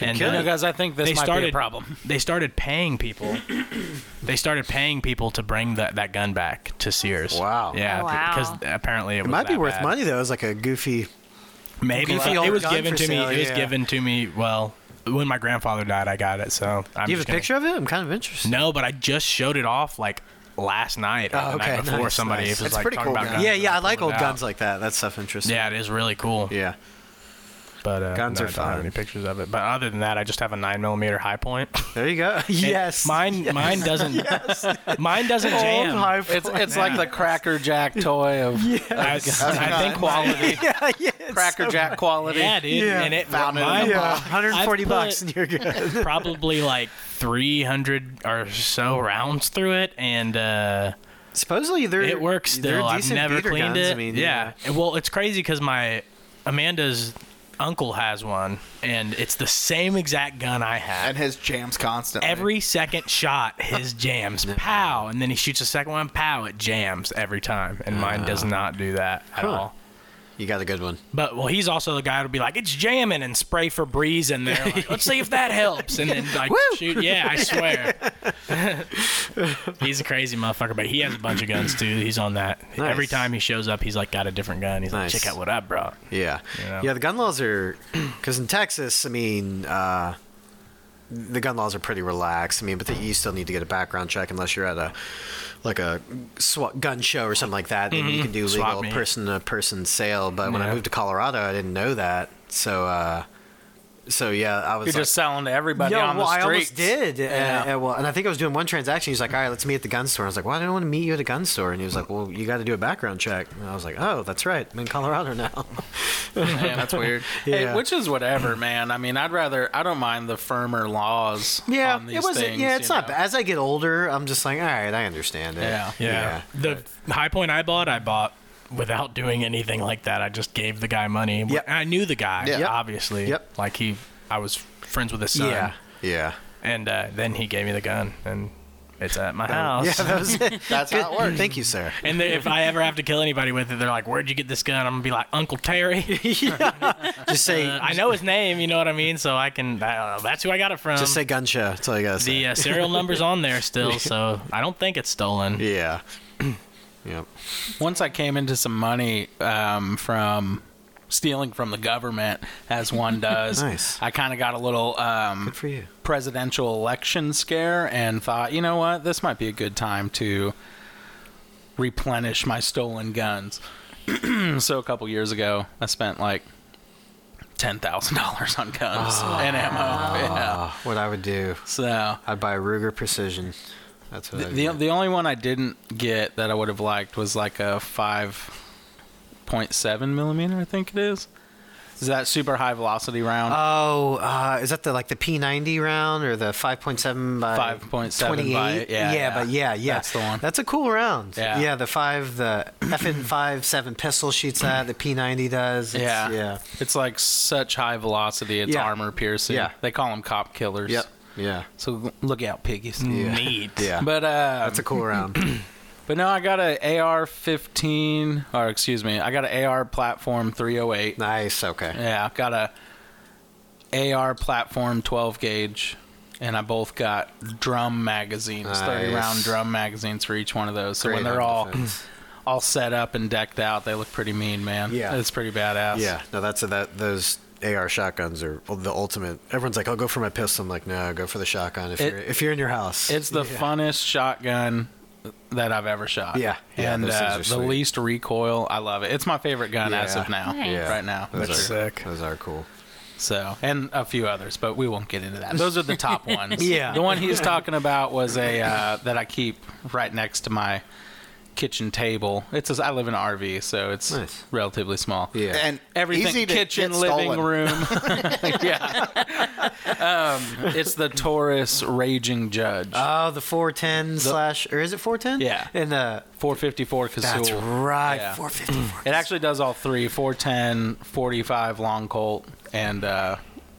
A: and
C: You
A: uh,
C: know, guys, I think this
A: they
C: might
A: started
C: be a problem.
A: They started paying people. they started paying people to bring that, that gun back to Sears.
B: Wow.
A: Yeah,
D: Oh, wow.
A: because apparently it,
B: It
A: was
B: might be
A: that
B: worth
A: bad.
B: money though. It's like a goofy.
A: Maybe
B: Goofy
A: it
B: old
A: was
B: gun
A: given
B: for
A: to
B: sale,
A: me. It was
B: yeah.
A: given to me. Well, when my grandfather died, I got it. So I'm
B: Do you have
A: just
B: a
A: gonna-
B: picture of it? I'm kind of interested.
A: No, but I just showed it off like last night or
B: Oh,
A: the night
B: okay.
A: before
B: Nice,
A: somebody
B: nice.
A: was
E: It's
A: like
E: pretty cool
A: talking about
E: gun.
A: guns.
B: Yeah,
A: and
B: yeah. I
A: pulled
B: like
A: it
B: old
A: out.
B: guns like that. That's stuff interesting.
A: Yeah, it is really cool.
B: Yeah.
A: But uh,
B: Guns
A: no,
B: are
A: I don't have
B: fun.
A: any pictures of it. But other than that, I just have a nine millimeter high point.
B: There you go. yes.
A: mine mine doesn't mine doesn't
B: Old
A: jam.
B: high
C: It's
B: point.
C: it's like the Cracker Jack toy of
A: I, I think quality.
B: yeah, yeah. it's
C: Cracker
B: so-
C: Jack quality.
A: yeah, dude.
B: Yeah.
A: And it
E: Found it in
A: mine-
E: the
B: Yeah,
E: box.
B: 140
A: I've put-
B: bucks and you're good.
A: probably like 300 or so rounds through it and uh
B: Supposedly they're
A: it works
B: they're
A: still i've
B: decent
A: never
B: beater
A: cleaned
B: guns.
A: it
B: I mean,
A: yeah. And, well it's crazy because my amanda's uncle has one and it's the same exact gun i have
E: And his jams constantly.
A: every second shot his jams pow and then he shoots a second one pow it jams every time and mine does not do that at
B: Huh.
A: all
B: You got a good one.
A: but well, he's also the guy that'll be like, "It's jamming," and spray for breeze in there. Like, Let's see if that helps. And then like, shoot, yeah, I swear. he's a crazy motherfucker, but he has a bunch of guns too. He's on that.
B: Nice.
A: Every time he shows up, he's like got a different gun. He's
B: Nice.
A: like, "Check out what I brought."
B: Yeah.
A: Yeah.
B: Yeah, the gun laws are cuz in Texas, I mean, uh the gun laws are pretty relaxed. I mean, but the, you still need to get a background check unless you're at a like a sw- gun show or something like that. Then
C: Mm-hmm.
B: you can do
A: Swap
B: legal
A: meet.
B: person to person sale. But when I
A: Yeah.
B: moved to Colorado, I didn't know that. So, uh, so yeah, I was
C: You're
B: like,
C: just selling to everybody
B: Yeah,
C: on
B: well,
C: the
B: I
C: streets.
B: almost did. uh,
C: Yeah.
B: uh, well, and I think I was doing one transaction. He's like, "All right, let's meet at the gun store." I was like, "Well, I don't want to meet you at a gun store." And he was like, "Well, you got to do a background check." And I was like, "Oh, that's right. I'm in Colorado now."
E: That's weird.
C: Hey,
B: yeah.
C: which is whatever, man. I mean, I'd rather I don't mind the firmer laws.
B: yeah,
C: on these
B: it wasn't.
C: Things,
B: yeah, it's
C: you
B: not.
C: know.
B: bad. As I get older, I'm just like, "All right, I understand it."
C: Yeah.
A: The high point I bought, I bought without doing anything like that. I just gave the guy money.
B: Yep.
A: And I knew the guy,
B: Yep.
A: obviously.
B: Yep.
A: Like he, I was friends with his son.
B: yeah, yeah.
A: And uh, then he gave me the gun, and it's at my house.
B: Yeah, that was it.
E: That's how it works.
B: Thank you, sir.
A: And they, if I ever have to kill anybody with it, they're like, "Where'd you get this gun?" I'm gonna be like, "Uncle Terry."
B: Just say,
C: Uh,
A: I know his name, you know what I mean, so I can. Uh, that's who I got it from.
C: um,
B: just say gun show. That's all you gotta say.
A: the uh, serial number's on there still, so I don't think it's stolen.
B: yeah. yep.
C: Once I came into some money um, from stealing from the government, as one does.
B: Nice.
C: I kind of got a little um,
B: Good for you.
C: presidential election scare and thought, you know what, this might be a good time to replenish my stolen guns. so a couple years ago, I spent like ten thousand dollars on guns
B: Oh.
C: and ammo. Yeah.
B: Uh, what I would do,
C: So
B: I'd buy a Ruger Precision. That's what I'd
C: the
B: do.
C: the only one I didn't get that I would have liked was like a five point seven millimeter, I think it is. Is that super high velocity round?
B: Oh, uh, is that the like the P90 round or the 5.7 by
C: 5.7 by-
B: 28?
C: yeah, yeah.
B: yeah, but yeah, yeah.
C: That's the one.
B: That's a cool round.
C: Yeah.
B: yeah. The five, the FN 57 pistol shoots that the P90 does. It's-
C: yeah,
B: yeah,
C: It's like such high velocity. It's
B: Yeah.
C: armor piercing.
B: Yeah.
C: They call them cop killers.
B: yep, yeah.
C: So look out, piggies.
A: Neat.
B: Mm. Yeah,
C: But uh,
B: that's a cool round.
C: but no, I got a AR-15, or excuse me, I got an AR platform 308.
B: nice. Okay.
C: Yeah, I've got a AR platform 12 gauge, and I both got drum magazines, 30
B: Nice.
C: round drum magazines for each one of those. So
B: Great
C: when they're
B: on
C: all
B: defense.
C: all set up and decked out, they look pretty mean, man.
B: Yeah.
C: it's pretty badass.
B: Yeah. No, that's a, that. Those AR shotguns are the ultimate. Everyone's like, "I'll go for my pistol." I'm like, "No, go for the shotgun." If
C: It-
B: you're if you're in your house,
C: It's the funnest shotgun that I've ever shot.
B: Yeah, yeah,
C: and
B: those
C: uh, the
B: things are sweet.
C: least recoil, I love it. It's my favorite gun as
B: Yeah.
C: of now.
D: Yeah.
C: Right now,
B: Those
C: That's
B: are,
C: it.
B: Those are cool.
C: So, and a few others, but we won't get into that. Those are the top ones.
A: Yeah.
C: The one he was talking about was a uh, that I keep right next to my kitchen table. It's a, I live in an RV, so it's
B: Nice.
C: relatively small.
B: Yeah.
E: And
C: Everything
E: easy to
C: kitchen,
E: get
C: living
E: stolen.
C: room. yeah. Um, it's the Taurus Raging Judge.
B: Oh, the 410 slash, or is it 410?
C: Yeah.
B: And the
C: 454 Kazool.
B: that's right,
C: Yeah.
B: 454.
C: It actually does all three 410, 45 long colt, and uh,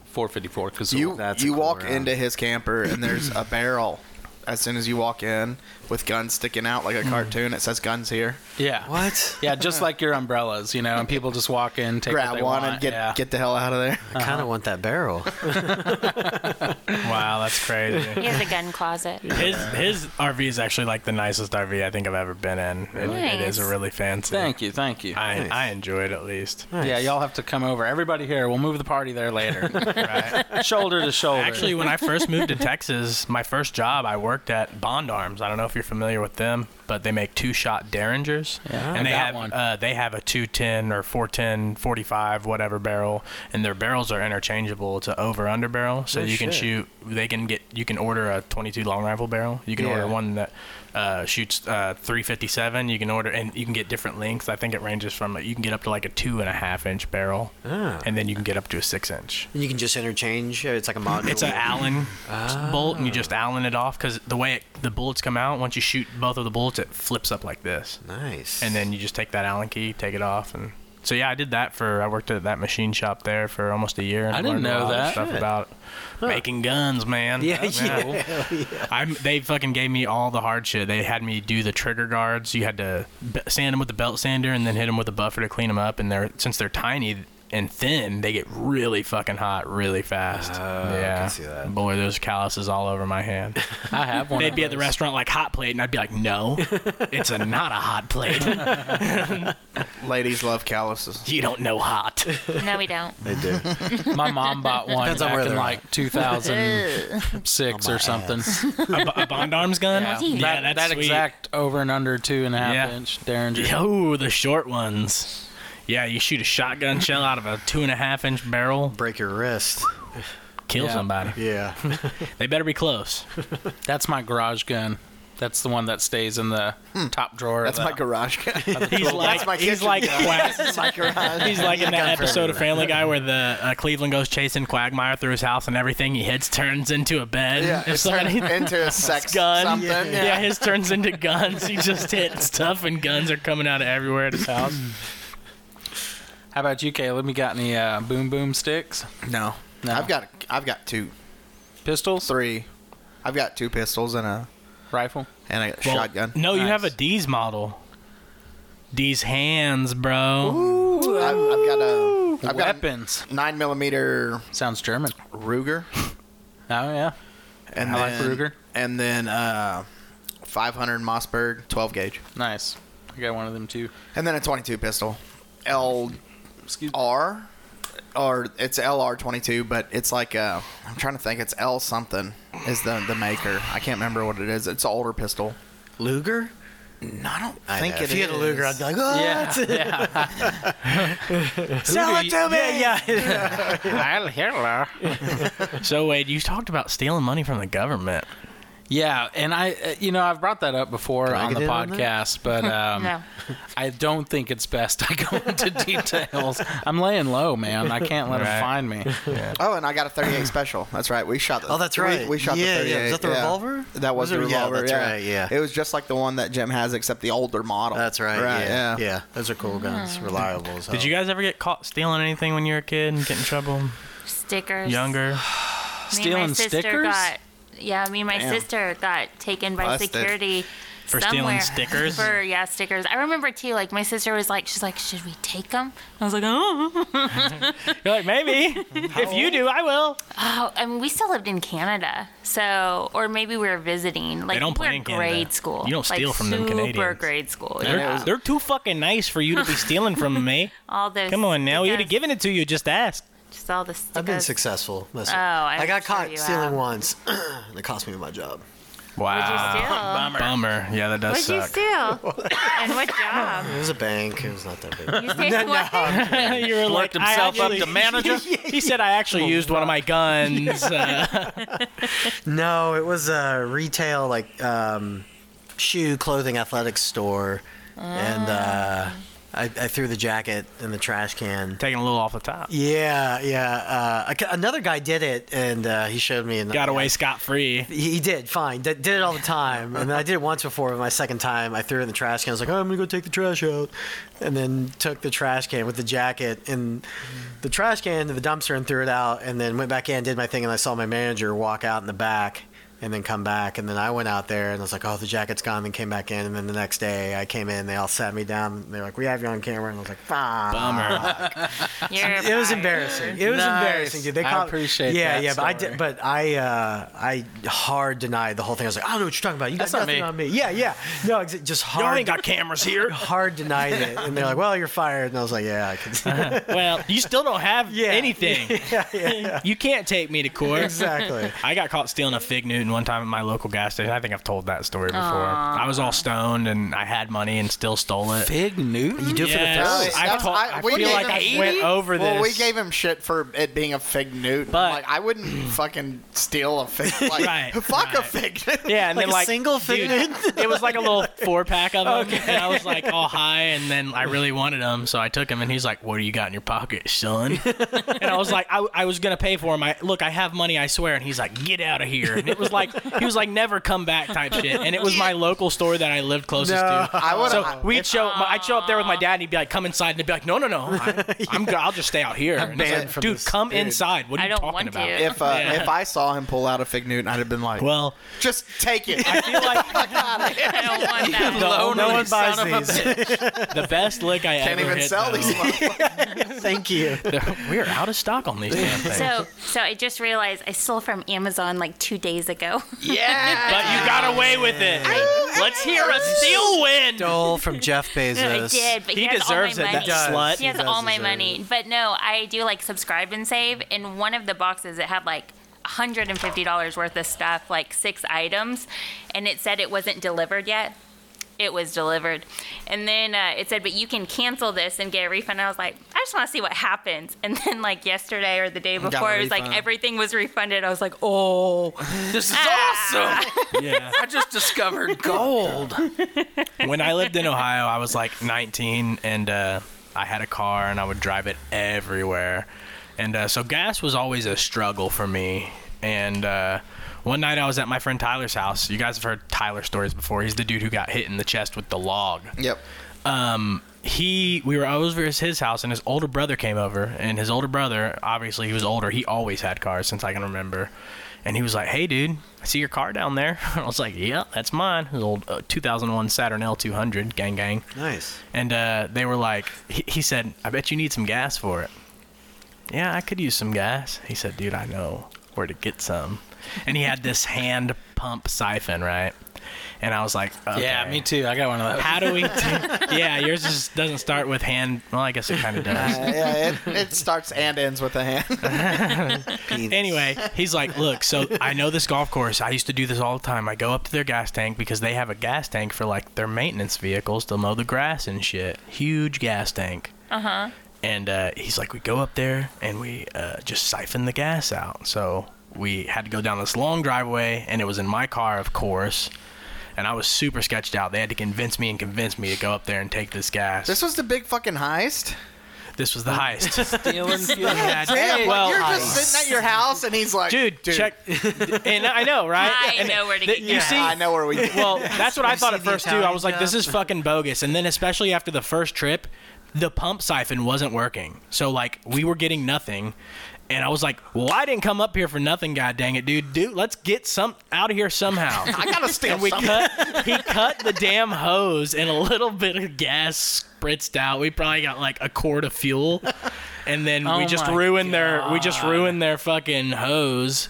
C: 454 Kazool.
E: You
B: That's a
E: you
B: cool
E: walk
B: round.
E: into his camper and there's a barrel. As soon as you walk in, with guns sticking out like a cartoon, it says "guns here."
C: yeah.
B: What?
C: Yeah, just like your umbrellas, you know, and people just walk in, take what
E: Grab
C: they
E: one
C: want.
E: and get
C: yeah.
E: get the hell out of there.
B: I kind of want that barrel.
A: Wow, that's crazy.
D: He has a gun closet.
A: His his RV is actually like the nicest RV I think I've ever been in. It, it is
D: Nice.
A: really fancy.
C: Thank you, thank you.
A: I I enjoy it at least.
C: Yeah, y'all have to come over. Everybody here, we'll move the party there later,
A: Right.
C: shoulder to shoulder.
A: Actually, when I first moved to Texas, my first job, I worked at Bond Arms. I don't know if you're familiar with them, but they make two-shot Derringers,
C: Yeah, I
A: and they
C: got
A: have
C: one.
A: Uh, they have a 210 or 410, 45, whatever barrel, and their barrels are interchangeable. It's an over/under barrel, so you can shoot. They can get you can order a 22 long rifle barrel. You can order one that. Uh, shoots uh, 357. You can order and you can get different lengths. I think it ranges from you can get up to like a two and a half inch barrel,
C: Ah.
A: and then you can get up to a six inch.
B: And you can just interchange. It's like a module.
A: It's an Allen bolt, and you just Allen it off because the way it, the bullets come out, once you shoot both of the bullets, it flips up like this,
B: Nice.
A: and then you just take that Allen key, take it off, and so yeah, I did that for I worked at that machine shop there for almost a year. And
C: I didn't
A: learned a
C: know
A: lot of
C: that.
A: stuff about making guns, man.
B: Yeah, yeah.
A: cool. I'm, they fucking gave me all the hard shit. They had me do the trigger guards. You had to be- sand them with the belt sander and then hit them with a buffer to clean them up. And they're since they're tiny and thin, they get really fucking hot really fast.
C: Oh,
A: yeah,
B: see that.
A: boy, there's calluses all over my hand.
C: I have one.
A: They'd
C: of
A: be at the
C: those.
A: restaurant like hot plate, and I'd be like, no, it's a not a hot plate.
E: Ladies love calluses.
A: You don't know hot.
D: No, we don't.
B: they do.
C: My mom bought one
B: Depends on
C: back
B: where
C: in
B: they're
C: like 2006 or something.
A: a, b- a Bond Arms gun.
C: Yeah,
A: Yeah,
C: that,
A: that's
C: that
A: sweet.
C: exact over and under two and a half
A: Yeah.
C: inch Derringer.
A: Yo, the short ones. Yeah, you shoot a shotgun shell out of a two and a half inch barrel,
B: Break your wrist.
A: kill
C: Yeah.
A: somebody.
B: Yeah.
A: They better be close.
C: That's my garage gun. That's the one that stays in the top drawer.
E: That's
C: of
E: my
C: the,
E: garage guy.
A: He's like
E: my
A: he's
E: kitchen
A: like
E: gun.
A: Quack, he's like in that episode of Family Guy where the uh, Cleveland goes chasing Quagmire through his house and everything. He heads turns into a bed.
E: yeah,
A: If
E: it's turned
A: somebody-
E: into a sex
A: gun.
E: something. Yeah.
A: yeah. his turns into guns. He just hits stuff and guns are coming out of everywhere at his house.
C: How about you, Caleb? You got any uh, boom boom sticks,
E: No.
C: No.
E: I've got I've got two,
C: pistols,
E: three. I've got two pistols and a
C: rifle?
E: and a
A: Well,
E: shotgun.
A: No, you
C: Nice.
A: have a D's model. D's hands, bro.
E: I've, I've got a I've got
C: Weapons.
E: a nine millimeter
C: Sounds German.
E: Ruger.
C: Oh yeah.
E: And
C: I like
E: then,
C: Ruger.
E: And then uh, 500 Mossberg 12 gauge.
C: Nice. I got one of them too.
E: And then a 22 pistol. LR
C: Excuse
E: or it's LR 22, but it's like uh, I'm trying to think. It's L something is the the maker. I can't remember what it is. It's an older pistol.
B: Luger?
E: No, I don't
B: I
E: think
B: know.
E: it
B: If you had a Luger, I'd
E: is.
B: be like, what?
C: Yeah, yeah.
B: Sell it to me! Yeah, yeah.
C: Heil Hitler.
A: So Wade, Oh, you talked about stealing money from the government.
C: Yeah, and I, uh, you know, I've brought that up before
B: I
C: on
B: get
C: the
B: in on
C: podcast, but um,
D: No.
C: I don't think it's best I go into details. I'm laying low, man. I can't let
A: Right.
C: them find me.
E: Oh, and I got a 38 special. That's right. We shot the.
B: Oh, that's
E: we-
B: right.
E: We, shot the
B: Yeah, yeah.
E: 38.
B: Is that the revolver?
E: That was,
B: Was
E: the
B: it? Yeah,
E: revolver.
B: that's
E: yeah.
B: right, yeah.
E: It was just like the one that Jim has, except the older model.
B: That's right. yeah. Hmm.
E: Yeah.
B: yeah. Those are cool guns. Reliable as hell.
A: Did you guys ever get caught stealing anything when you were a kid and get in trouble?
D: Stickers.
A: Younger.
D: Me and my
C: Stealing
D: sister
C: stickers?
D: Got, yeah, me and my
E: Damn.
D: sister got taken by
E: Busted.
D: security.
A: For
D: somewhere
A: stealing stickers?
D: For yeah, stickers. I remember too. Like my sister was like, she's like, should we take them? I was like, oh.
A: You're like, maybe. if you do, I will.
D: oh. I mean, we still lived in Canada, so or maybe we were visiting. Like
A: don't
D: we're
A: play in Canada.
D: grade school.
A: You don't
D: like,
A: steal from them
D: super
A: Canadians.
D: grade school.
A: They're,
D: yeah.
A: they're too fucking nice for you to be stealing from me.
D: all those.
A: Come on now. You'd
D: stickers,
A: have given it to you. Just ask.
D: Just all the stickers.
B: I've been successful. Listen,
D: Oh, I'm
B: I got
D: sure
B: caught
D: you
B: stealing
D: have.
B: once, and it cost me my job.
D: What'd you steal?
A: Bummer. Yeah, that does
D: What'd you
A: suck.
D: steal? and what job?
B: It was a bank. It was not that big.
D: You say what?
A: you were like,
C: Worked himself
A: I
C: up to
A: actually-
C: manager.
A: he said I actually used one of my guns. Uh,
B: No, it was a retail like um, shoe, clothing, athletic store, and uh, I, I threw the jacket in the trash can.
A: taking a little off the top.
B: Yeah, yeah. Uh, a c- another guy did it, and uh, he showed me. And
A: Got away scot free.
B: He he did fine. Did, did it all the time, and then I did it once before. But my second time, I threw it in the trash can. I was like, oh, "I'm gonna go take the trash out," and then took the trash can with the jacket and the trash can to the dumpster and threw it out. And then went back in, did my thing, and I saw my manager walk out in the back and then come back. And then I went out there and I was like, "Oh, the jacket's gone." And then came back in, and then the next day I came in. They all sat me down. and They were like, "We have you on camera," and I was like, "Fuck."
D: You're
B: It was
D: fired.
B: embarrassing. It was
C: Nice.
B: embarrassing, dude. They
C: I
B: caught,
C: appreciate
B: yeah,
C: that
B: Yeah, but I
C: story.
B: did, but I, uh, I hard denied the whole thing. I was like, I don't know what you're talking about. You got
C: That's not
B: nothing
C: me.
B: on me. Yeah, yeah. No, ex- just
A: Y'all
B: hard,
A: ain't got cameras here.
B: hard denied it. And they're like, well, you're fired. And I was like, yeah, I can.
A: Well, you still don't have
B: Yeah.
A: anything.
B: yeah, yeah, yeah.
A: You can't take me to court.
B: exactly.
A: I got caught stealing a fig Newton one time at my local gas station. I think I've told that story before. I was all stoned and I had money and still stole it.
C: Big Newton. You do
A: Yes.
E: Nice.
A: I've
E: That's-
A: told- I,
E: we
A: feel
E: gave
A: like
E: him-
A: I went over this.
E: Well, we gave him shit for it being a fig newt.
A: But-
E: like, I wouldn't fucking steal a fig. Like,
A: Right,
E: fuck a
A: right.
E: fig newt.
A: yeah, and
B: Like
A: then
B: a
A: like
B: single fig
A: dude,
B: Newton?
A: It was like a little four pack of them, and I was like all high, and then I really wanted them, so I took them, and he's like, "What do you got in your pocket, son?" and I was like, "I, I was gonna pay for them. I look, I have money, I swear." And he's like, "Get out of here!" And it was like he was like, "Never come back" type shit, and it was my local store that I lived closest
B: Uh,
A: to.
E: I would.
A: So we'd show, my, I'd show up there with my dad, and he'd be like, "Come inside," and he'd be like, "No, no, no, I, I'm, go- I'll just stay out here." And it's
E: banned
A: like,
E: from
A: dude,
E: this
A: come
E: dude.
A: inside. What are
D: I
A: you
D: don't
A: talking
D: want
A: about?
D: to.
E: if uh, if I saw him pull out a fig newt, I'd have been like,
A: Well,
E: just take it.
A: I feel like
D: I don't want that.
A: the,
B: No
A: only-
B: one buys these.
A: the best lick I
E: Can't
A: ever
E: even
A: hit,
E: sell
A: though.
E: these. motherfuckers.
B: Thank you.
A: We're out of stock on these damn things.
D: So, so I just realized I stole from Amazon like two days ago.
E: yeah.
A: but you got away with it. Let's hear a steal win.
B: Stole from Jeff
D: I
B: Bezos.
D: did, but he,
A: He
D: has
A: deserves
D: all my
A: it. That
D: money.
A: slut.
D: He has
B: He does
D: all my
B: deserve
D: money. But no, I do like subscribe and save. In one of the boxes, it had like $150 worth of stuff, like six items, and it said it wasn't delivered yet. It was delivered. And then uh, it said, but you can cancel this and get a refund. I was like, I just want to see what happens. And then, like, yesterday or the day
E: Got a
D: before, it was like
E: refund.
D: everything was refunded. I was like, oh.
C: This is
D: Ah.
C: awesome.
A: Yeah.
C: I just discovered gold.
A: When I lived in Ohio, I was like 19 and uh, I had a car and I would drive it everywhere. And uh, so gas was always a struggle for me. And uh, one night I was at my friend Tyler's house. You guys have heard Tyler stories before. He's the dude who got hit in the chest with the log.
E: Yep.
A: um, he we were over at his house and his older brother came over and his older brother obviously he was older he always had cars since i can remember and he was like hey dude i see your car down there i was like yeah that's mine his old uh, 2001 saturn l200 gang gang
B: Nice.
A: and uh, they were like, he, he said, I bet you need some gas for it. Yeah, I could use some gas. He said, dude, I know where to get some. And he had this hand pump siphon, right? And I was like,
C: Yeah,
A: okay.
C: me too. I got one of those.
A: How do we? yeah, yours just doesn't start with hand. Well, I guess it kind of does.
E: Yeah, it, it starts and ends with a hand.
A: Anyway, he's like, look, so I know this golf course. I used to do this all the time. I go up to their gas tank because they have a gas tank for like their maintenance vehicles to mow the grass and shit. Huge gas tank. Uh huh. And uh, he's like, we go up there and we uh, just siphon the gas out. So we had to go down this long driveway, and it was in my car, of course. And I was super sketched out. They had to convince me and convince me to go up there and take this gas.
E: this was the big fucking heist.
A: this was the heist.
C: Stealing fuel.
E: Damn, like,
A: well,
E: you're just sitting at your house and he's like,
A: dude, check. and I know, right?
D: I
A: And
D: know where to
A: th-
D: get
A: You
D: gas.
A: see,
E: I know where we.
A: well, that's what I thought
B: see
A: at
B: the
A: first too. I
B: Italian
A: was like, this
B: job?
A: is fucking bogus. And then, especially after the first trip, the pump siphon wasn't working. So like, we were getting nothing. And I was like, well, I didn't come up here for nothing, god dang it, dude. Dude, let's get some out of here somehow.
E: I gotta steal
A: and we
E: something.
A: cut he cut the damn hose and a little bit of gas spritzed out we probably got like a quart of fuel and then
C: Oh
A: we just
C: my
A: ruined their we just ruined their fucking hose,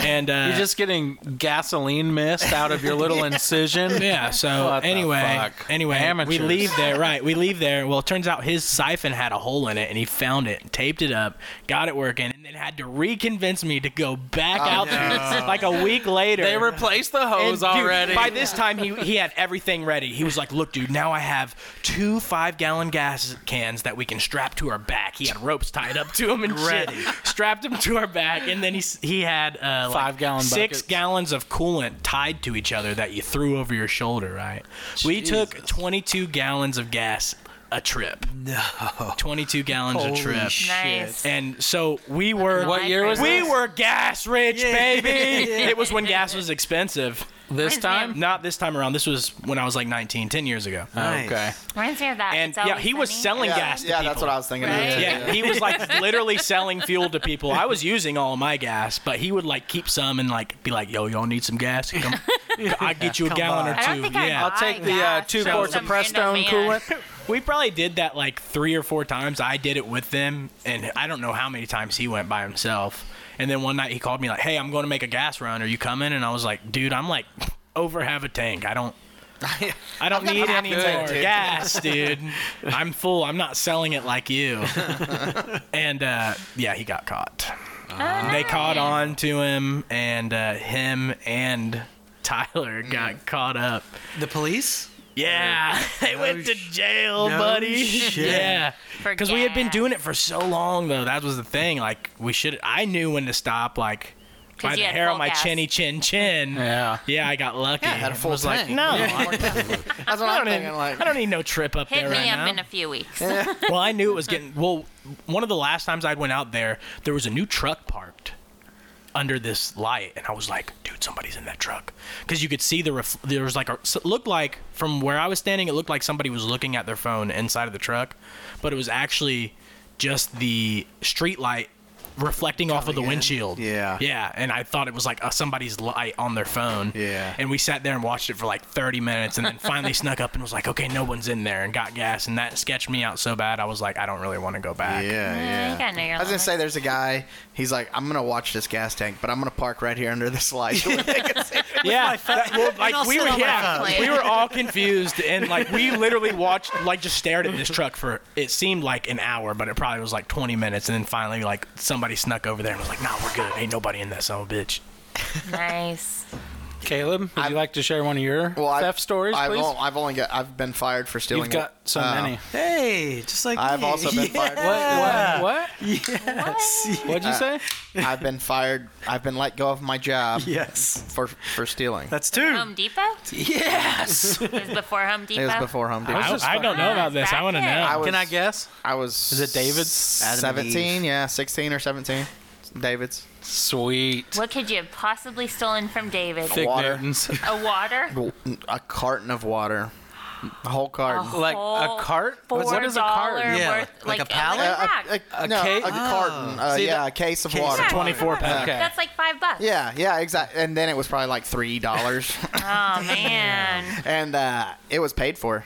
A: and uh,
C: You're just getting gasoline mist out of your little incision.
A: Um, yeah. So
C: What the
A: anyway,
C: fuck?
A: anyway,
C: Amateurs.
A: we leave there. Right, we leave there. Well, it turns out his siphon had a hole in it, and he found it, taped it up, got it working, and then had to reconvince me to go back out there like a week later.
C: Oh, They replaced the
A: And,
C: hose
A: dude,
C: already.
A: By this time, he, he had everything ready. He was like, "Look, dude, now I have two five gallon gas cans that we can strap to our back." He had ropes tied up to him and ready. strapped him to our back, and then he s- he had uh, like
C: Five-gallon
A: six
C: buckets.
A: gallons of coolant tied to each other that you threw over your shoulder. Right? We took twenty two gallons of gas a trip. No, twenty two gallons a trip.
D: Nice.
A: And so we were.
C: What year was
A: we
C: this?
A: were gas rich, baby. It was when gas was expensive.
C: this time?
A: Not this time around. This was when I was like 19, 10 years ago.
B: Nice.
C: Oh, Okay.
D: Reminds me of that.
A: And
D: It's Always
A: yeah, he was
D: Sunny.
A: selling
E: Yeah,
A: gas to
E: yeah,
A: people.
E: that's what I was thinking. of,
D: Right?
E: too.
A: Yeah, he was like literally selling fuel to people. I was using all my gas, but he would like keep some and like be like, "Yo, y'all need some gas? Come, I get you a gallon or two."
D: I don't think I
A: yeah,
D: buy
C: take the, uh,
D: gas
C: two
D: from
C: quarts of
D: some random
C: Prestone
D: man.
A: we probably did that like three or four times. I did it with them, and I don't know how many times he went by himself. And then one night he called me like, "Hey, I'm going to make a gas run. Are you coming?" And I was like, "Dude, I'm like over half a tank. I don't." I don't need any
E: good,
A: more
E: dude.
A: gas, dude. I'm full. I'm not selling it like you. and uh, yeah, he got caught.
D: Oh,
A: They
D: nice.
A: caught on to him, and uh, him and Tyler got caught up.
B: The police?
A: Yeah, they went to jail,
B: no
A: buddy.
B: shit.
A: Yeah,
D: For
A: because we had been
D: gas.
A: doing it for so long though. That was the thing. Like we should. I knew when to stop. Like
D: 'Cause
A: by
D: you
A: the
D: had
A: hair on
D: full
A: my
D: gas.
A: chinny chin chin.
C: Yeah.
A: Yeah, I got lucky.
E: I had a
A: I
E: full
A: was
E: tank.
A: like, no,
E: that's what
A: I
E: I'm
A: don't, need,
E: thinking. Like,
A: I don't need no trip up
D: Hit
A: there
D: me
A: right
D: up
A: now.
D: in a few weeks.
A: well, I knew it was getting. Well, one of the last times I'd went out there, there was a new truck parked under this light, and I was like, "Dude, somebody's in that truck," because you could see the ref- there was like a so it looked like from where I was standing, it looked like somebody was looking at their phone inside of the truck, but it was actually just the street light reflecting off of the windshield.
B: Yeah.
A: Yeah, and I thought it was like uh, somebody's light on their phone.
B: Yeah.
A: And we sat there and watched it for like 30 minutes and then finally snuck up and was like, okay, no one's in there and got gas. And that sketched me out so bad, I was like, I don't really want to go back.
D: I think I know your
E: I was gonna
D: limits.
E: say there's a guy. He's like, I'm gonna watch this gas tank, but I'm gonna park right here under this light.
A: Yeah, that- well, like
B: I'll
A: we
B: sit
A: were,
B: on my
A: yeah,
D: phone.
A: we were all confused, and like we literally watched, like just stared at this truck for it seemed like an hour, but it probably was like twenty minutes, and then finally, like somebody snuck over there and was like, "Nah, we're good. Ain't nobody in that son of a bitch."
D: Nice.
C: Caleb, would you like to share one of your
E: Well, I've-
C: theft stories,
E: I've,
C: please?
E: on- I've only got. I've been fired for stealing.
C: You've got so
E: uh,
C: many.
B: Hey, just like
E: I've
B: me.
E: also been fired.
C: What? What? What?
B: Yes.
C: What'd you say?
E: I've been fired. I've been let go of my job
B: Yes.
E: for for stealing.
B: That's two.
D: Home Depot?
B: yes.
D: It was before Home Depot.
E: It was before Home Depot.
C: I was just I
D: don't know about this. I wanna know. I
E: was-
C: Can I guess?
E: I was.
C: Is it David's?
B: Adam and Eve.
E: Seventeen? Yeah, sixteen or seventeen. David's.
C: Sweet.
D: What could you have possibly stolen from David?
C: Thick
E: Water.
C: Newtons.
D: A water?
E: A carton of water. A whole carton.
C: Like
D: Whole
C: a cart?
D: Four
C: What is a cart?
D: dollar
B: Yeah,
D: worth,
B: like
D: like,
B: a pallet?
D: like
E: Uh,
D: pack.
E: a,
C: A
E: no,
C: cake?
E: a carton. Uh,
C: See,
E: yeah,
C: the-
E: a case of
B: Case of
E: water.
D: Yeah.
C: 24 pack. Okay.
D: That's like five bucks.
E: Yeah, yeah, exactly. And then it was probably like three dollars,
D: Oh man,
E: and uh, it was paid for.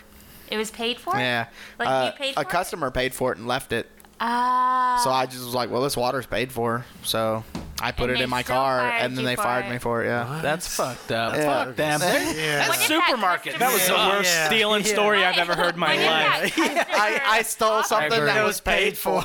D: it was paid for.
E: Yeah,
D: Like,
E: Uh,
D: you paid
E: a
D: for it?
E: customer paid for it and left it.
D: Ah.
E: So I just was like, "Well, this water's paid for," so I put
D: And
E: it
D: they
E: in my
D: still
E: car,
D: fired
E: and then
D: you
E: they
D: for
E: fired
D: it.
E: me for it. Yeah,
C: That's fucked up.
E: Yeah.
C: Fuck them. They're-
D: What if
A: Supermarket. That
D: customer-
A: was the worst
B: Yeah.
A: stealing story I've ever heard in my
D: What if that
A: life.
D: customer-
E: I, I stole something
C: agree.
E: that was paid for.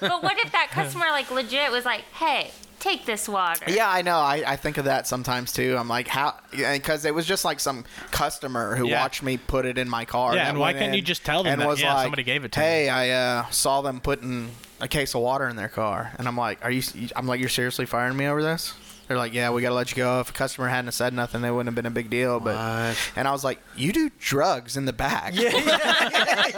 D: But what if that customer like legit was like, "Hey, take this water."
E: yeah, I know. I, I think of that sometimes too. I'm like, how? Because it was just like some customer who
A: Yeah.
E: watched me put it in my car.
A: Yeah,
E: that
A: and why
E: went
A: couldn't
E: in
A: you just tell them
E: and
A: that,
E: was
A: yeah,
E: like,
A: somebody gave it to
E: Hey, I uh, saw them putting a case of water in their car, and I'm like, are you? I'm like, you're seriously firing me over this? They're like, yeah, we gotta let you go. If a customer hadn't have said nothing, they wouldn't have been a big deal. But
B: What?
E: and I was like, you do drugs in the back.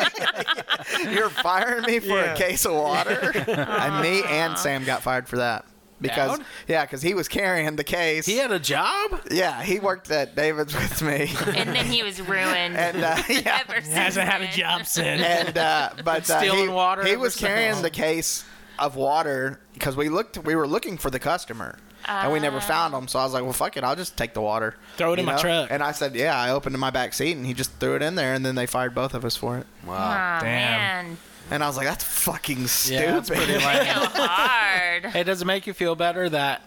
E: You're firing me for
B: Yeah.
E: a case of water. and me and Sam got fired for that because
C: Dowd?
E: yeah, because he was carrying the case.
C: He had a job?
E: yeah, he worked at David's with me,
D: And then he was ruined.
E: and uh, yeah.
D: ever since
A: Hasn't had a
D: then.
A: job since.
E: and uh, but uh, he,
C: Stealing water
E: he
C: ever
E: was
C: since.
E: carrying the case of water because we looked we were looking for the customer and we
D: Ah.
E: never found him so i was like well fuck it i'll just take the water
A: Throw it in my truck.
E: and i said yeah i opened in my back seat and he just threw it in there and then they fired both of us for it
D: Oh,
A: Damn.
D: man.
E: And I was like, that's fucking stupid.
C: Yeah, that's pretty lame.
D: So hard.
C: Hey, does it make you feel better that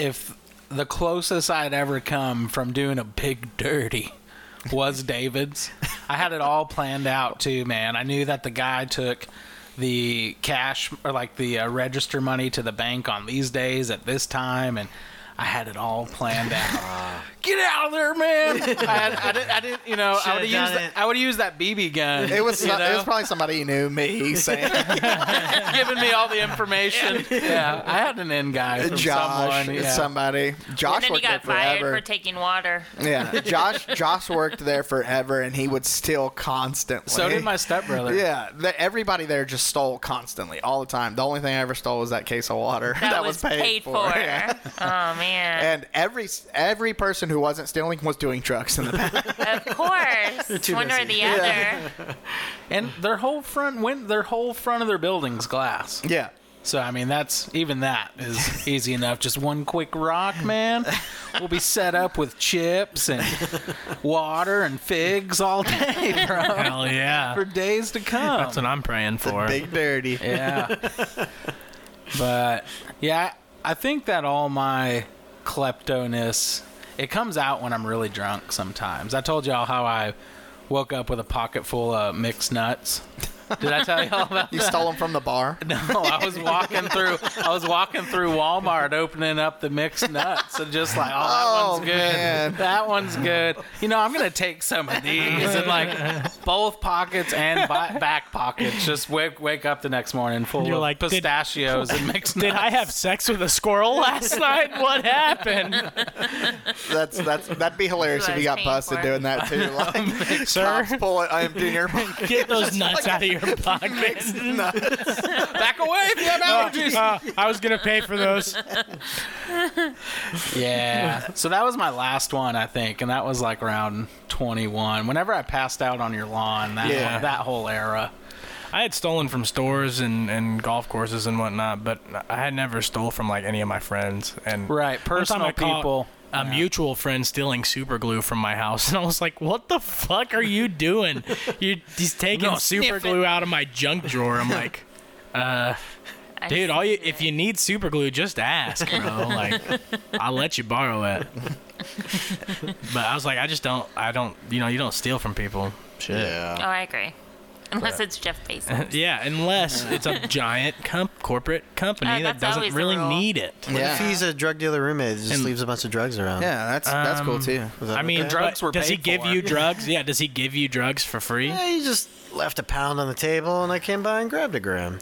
C: if the closest I'd ever come from doing a big dirty was David's? I had it all planned out too, man. I knew that the guy took the cash or like the uh, register money to the bank on these days at this time and I had it all planned out. Get out of there, man! I, had, I, didn't, I didn't, you know, I
B: Should've
C: would have
B: done
C: used,
B: it.
C: that- I would have used that BB gun.
E: It was,
C: you
E: it was
C: know?
E: probably somebody who knew me saying,
C: giving me all the information. yeah, I had an in guy from
E: Uh, Josh,
C: someone. Yeah.
E: somebody.
D: And
E: Josh
D: then he
E: worked
D: got
E: there
D: fired
E: forever.
D: for taking water.
E: yeah, Josh. Josh worked there forever, and he would steal constantly.
C: so did my stepbrother.
E: Yeah, the, everybody there just stole constantly, all the time. The only thing I ever stole was that case of water
D: That, was, paid, for.
E: Yeah.
D: Oh man.
E: And every every person who wasn't stealing was doing drugs in the back.
D: of course. One or the other.
C: And their whole front went their whole front of their building's glass.
E: yeah.
C: So I mean that's even that is easy enough. Just one quick rock, man. We'll be set up with chips and water and figs all day, bro.
H: Hell yeah.
C: For days to come.
H: That's what I'm praying for.
E: Big dirty.
C: Yeah. but yeah, I think that all my kleptoness it comes out when I'm really drunk sometimes. I told y'all how I woke up with a pocket full of mixed nuts. Did I tell y'all about
E: You stole them from the bar.
C: no, I was walking through. I was walking through Walmart, opening up the mixed nuts, and just like, oh, that
E: Oh,
C: one's good.
E: man.
C: That one's good. You know, I'm gonna take some of these, and like both pockets and bi- back pockets. Just wake wake up the next morning full
H: You're
C: of
H: like, did-
C: pistachios and mixed
H: Did
C: nuts.
H: I have sex with a squirrel last night? What happened?
E: That's that's that'd be hilarious
D: That's what
E: if you
D: I
E: got
D: was
E: busted
D: paying for.
E: doing that too. Like,
H: Sir,
E: cops pull it. I'm doing your
H: get those nuts out of your pocket.
E: mixed nuts.
C: back away from your allergies?
H: Uh, I was gonna pay for those.
C: Yeah. So that was my last one, I think, and that was like around 21. Whenever I passed out on your lawn, that
E: Yeah.
C: that whole era.
H: I had stolen from stores and, and golf courses and whatnot, but I had never stole from like any of my friends. And one
C: Right,
H: time
C: personal
H: I caught
C: people.
H: A mutual friend stealing super glue from my house, and I was like, "What the fuck are you doing? You're he's taking
C: No, sniff
H: super
C: it.
H: glue out of my junk drawer." I'm like,
D: I
H: "Dude,
D: just-
H: all you if you need super glue, just ask, bro. Like, I'll let you borrow it." But I was like, "I just don't. I don't. You know, you don't steal from people." Shit.
D: Oh, I agree. Unless it's Jeff Bezos.
H: Yeah, unless it's a giant comp- corporate company
D: Uh,
H: that
D: that's
H: doesn't
D: always the
H: really
D: rule.
H: need it.
B: If
E: Yeah.
B: he's a drug dealer roommate, that just
H: And-
B: leaves a bunch of drugs around.
E: Yeah, that's that's cool too.
B: Is that
H: I mean,
B: okay?
C: drugs
H: but
C: were
H: does he
C: paid
H: give
C: for.
H: you drugs? Yeah, does he give you drugs for free?
B: Yeah, he just left a pound on the table, and I came by and grabbed a gram.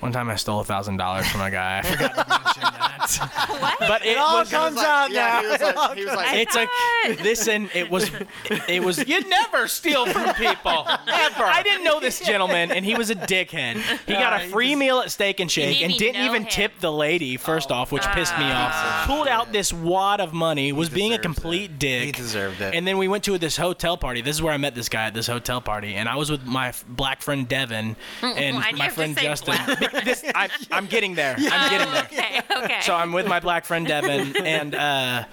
H: One time I stole a thousand dollars from a guy. I forgot to mention that. But it
B: all
H: was
B: comes out
E: yeah,
B: now.
E: he was like, he was like
H: it's a listen. It was it was. You never steal from people ever. I didn't know this gentleman, and he was a dickhead. Uh, He got a free meal at Steak and Shake,
D: Didn't
H: and
D: even
H: didn't Oh,
D: know
H: even
D: him.
H: tip the lady. First off, which pissed me off. Pulled out this wad of money. Was being a
B: deserves it.
H: complete dick.
B: He deserved it.
H: And then we went to this hotel party. This is where I met this guy at this hotel party, and I was with my f- black friend Devin and
D: Why'd you
H: my
D: have to
H: friend
D: say
H: Justin.
D: black?
H: This- I, I'm getting there. I'm getting there.
D: okay, okay.
H: So I'm with my black friend Devin, and uh,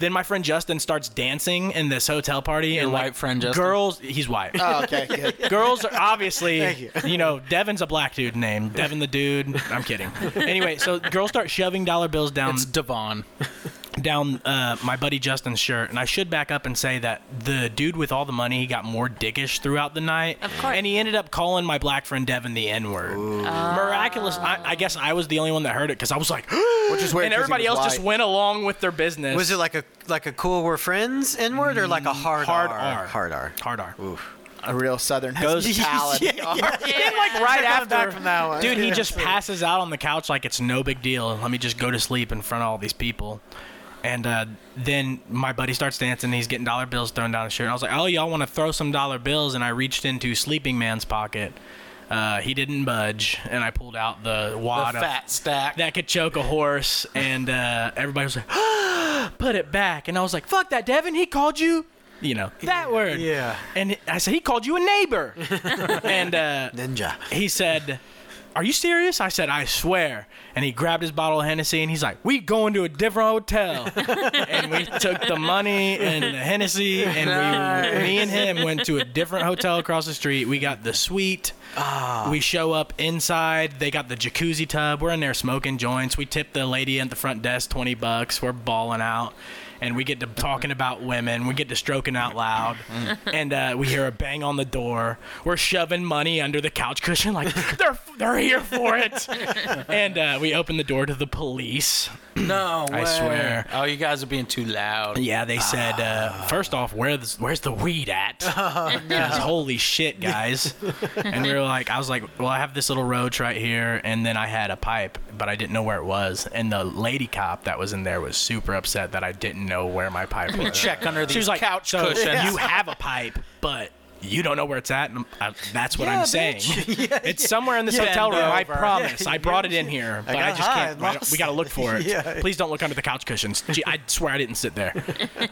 H: then my friend Justin starts dancing in this hotel party. and like,
C: white friend Justin?
H: girls, he's white.
E: oh, okay, good.
H: girls are obviously,
B: you.
H: you. know, Devin's a black dude name. Devin the dude. I'm kidding. Anyway, so girls start shoving dollar bills down
C: It's Devon.
H: down uh, my buddy Justin's shirt, and I should back up and say that the dude with all the money he got more dickish throughout the night,
D: Of course.
H: and he ended up calling my black friend Devin the N word. Miraculous! I, I guess I was the only one that heard it because I was like,
E: Which
H: and
E: is weird. 'cause he
H: everybody
E: was
H: else just
E: white.
H: went along with their business.
B: Was it like a like a cool we're friends N word or like a hard
H: Hard
B: R?
H: R.
B: Hard R.
H: hard R?
E: a real southern hospitality.
H: Then like right after,
E: back from that one.
H: dude, he just passes out on the couch like it's no big deal. Let me just go to sleep in front of all these people. And uh, then my buddy starts dancing. He's getting dollar bills thrown down his shirt. And I was like, "Oh, y'all want to throw some dollar bills?" And I reached into sleeping man's pocket. Uh, he didn't budge, and I pulled out the
C: The
H: wad of
C: fat stack.
H: that could choke a horse. And uh, everybody was like, "Put it back!" And I was like, "Fuck that, Devin. He called you." You know that word,
B: Yeah.
H: And I said he called you a neighbor, and uh,
B: Ninja.
H: he said,
A: Are you serious? I said, I swear. And he grabbed his bottle of Hennessy and he's like, We going to a different hotel. and we took the money and the Hennessy and we, me and him went to a different hotel across the street. We got the suite. We show up inside. They got the jacuzzi tub. We're in there smoking joints. We tip the lady at the front desk 20 bucks. We're balling out. And we get to talking about women. We get to stroking out loud. and uh, we hear a bang on the door. We're shoving money under the couch cushion like, they're, they're here for it. and uh, we open the door to the police.
C: No,
A: I swear.
C: Oh, you guys are being too loud.
A: Yeah, they said, uh, first off, where's, where's the weed at? Because holy shit, guys. and we were like, I was like, well, I have this little roach right here, and then I had a pipe, but I didn't know where it was. And the lady cop that was in there was super upset that I didn't know where my pipe was.
C: Check under
A: She
C: these
A: was like,
C: couch
A: so
C: cushions."
A: You have a pipe, but. You don't know where it's at, and I, that's what I'm saying. it's somewhere in this hotel room. I
C: over.
A: promise. I brought it in here, but I,
B: got
A: just
B: high
A: can't.
B: and
A: I don't-
B: lost
A: we got to look for it.
B: Yeah.
A: Please don't look under the couch cushions. Gee, I swear I didn't sit there.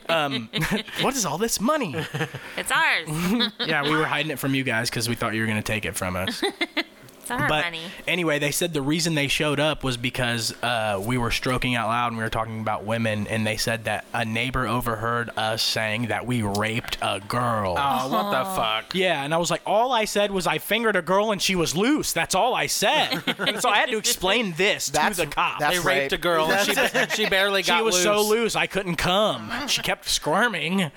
A: Um, what is all this money?
D: It's ours.
A: Yeah, we were hiding it from you guys because we thought you were going to take it from us.
D: It's our
A: But
D: money.
A: anyway, they said the reason they showed up was because uh, we were stroking out loud and we were talking about women, and they said that a neighbor overheard us saying that we raped a girl.
C: Oh, what the fuck?
A: Yeah, and I was like, all I said was I fingered a girl and she was loose. That's all I said. and so I had to explain this
E: That's-
A: to the cop.
E: that's
C: They raped a girl. and She, she barely
A: she
C: got
A: was
C: loose.
A: so loose I couldn't come. She kept squirming.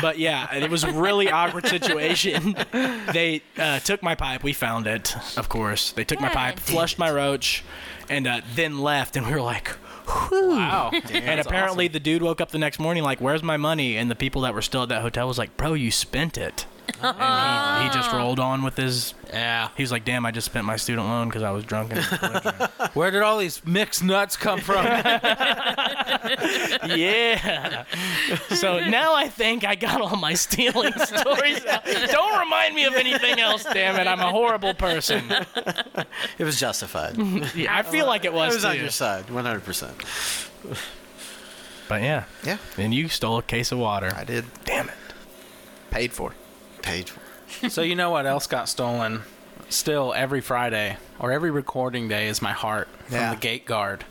A: But yeah, it was a really awkward situation. They uh, took my pipe. We found it, of course. They took my pipe,
D: Good.
A: flushed my roach, and uh, then left. And we were like, whew.
C: Wow.
A: and apparently the dude woke up the next morning like, where's my money? And the people that were still at that hotel was like, bro, you spent it. And he, he just rolled on with his.
C: Yeah.
A: He was like, damn, I just spent my student loan because I was drunk. And
C: Where did all these mixed nuts come from?
A: Yeah. So now I think I got all my stealing stories. out. Don't remind me of anything else, damn it. I'm a horrible person.
B: It was justified. it
A: Yeah, I feel like it was,
B: was on
A: too.
B: your side, 100%.
A: But yeah.
E: Yeah,
A: And you stole a case of water.
E: I did.
A: Damn it.
E: Paid for.
B: Paid for.
C: so you know what else got stolen? Still, every Friday or every recording day is my heart
E: Yeah.
C: from the gate guard.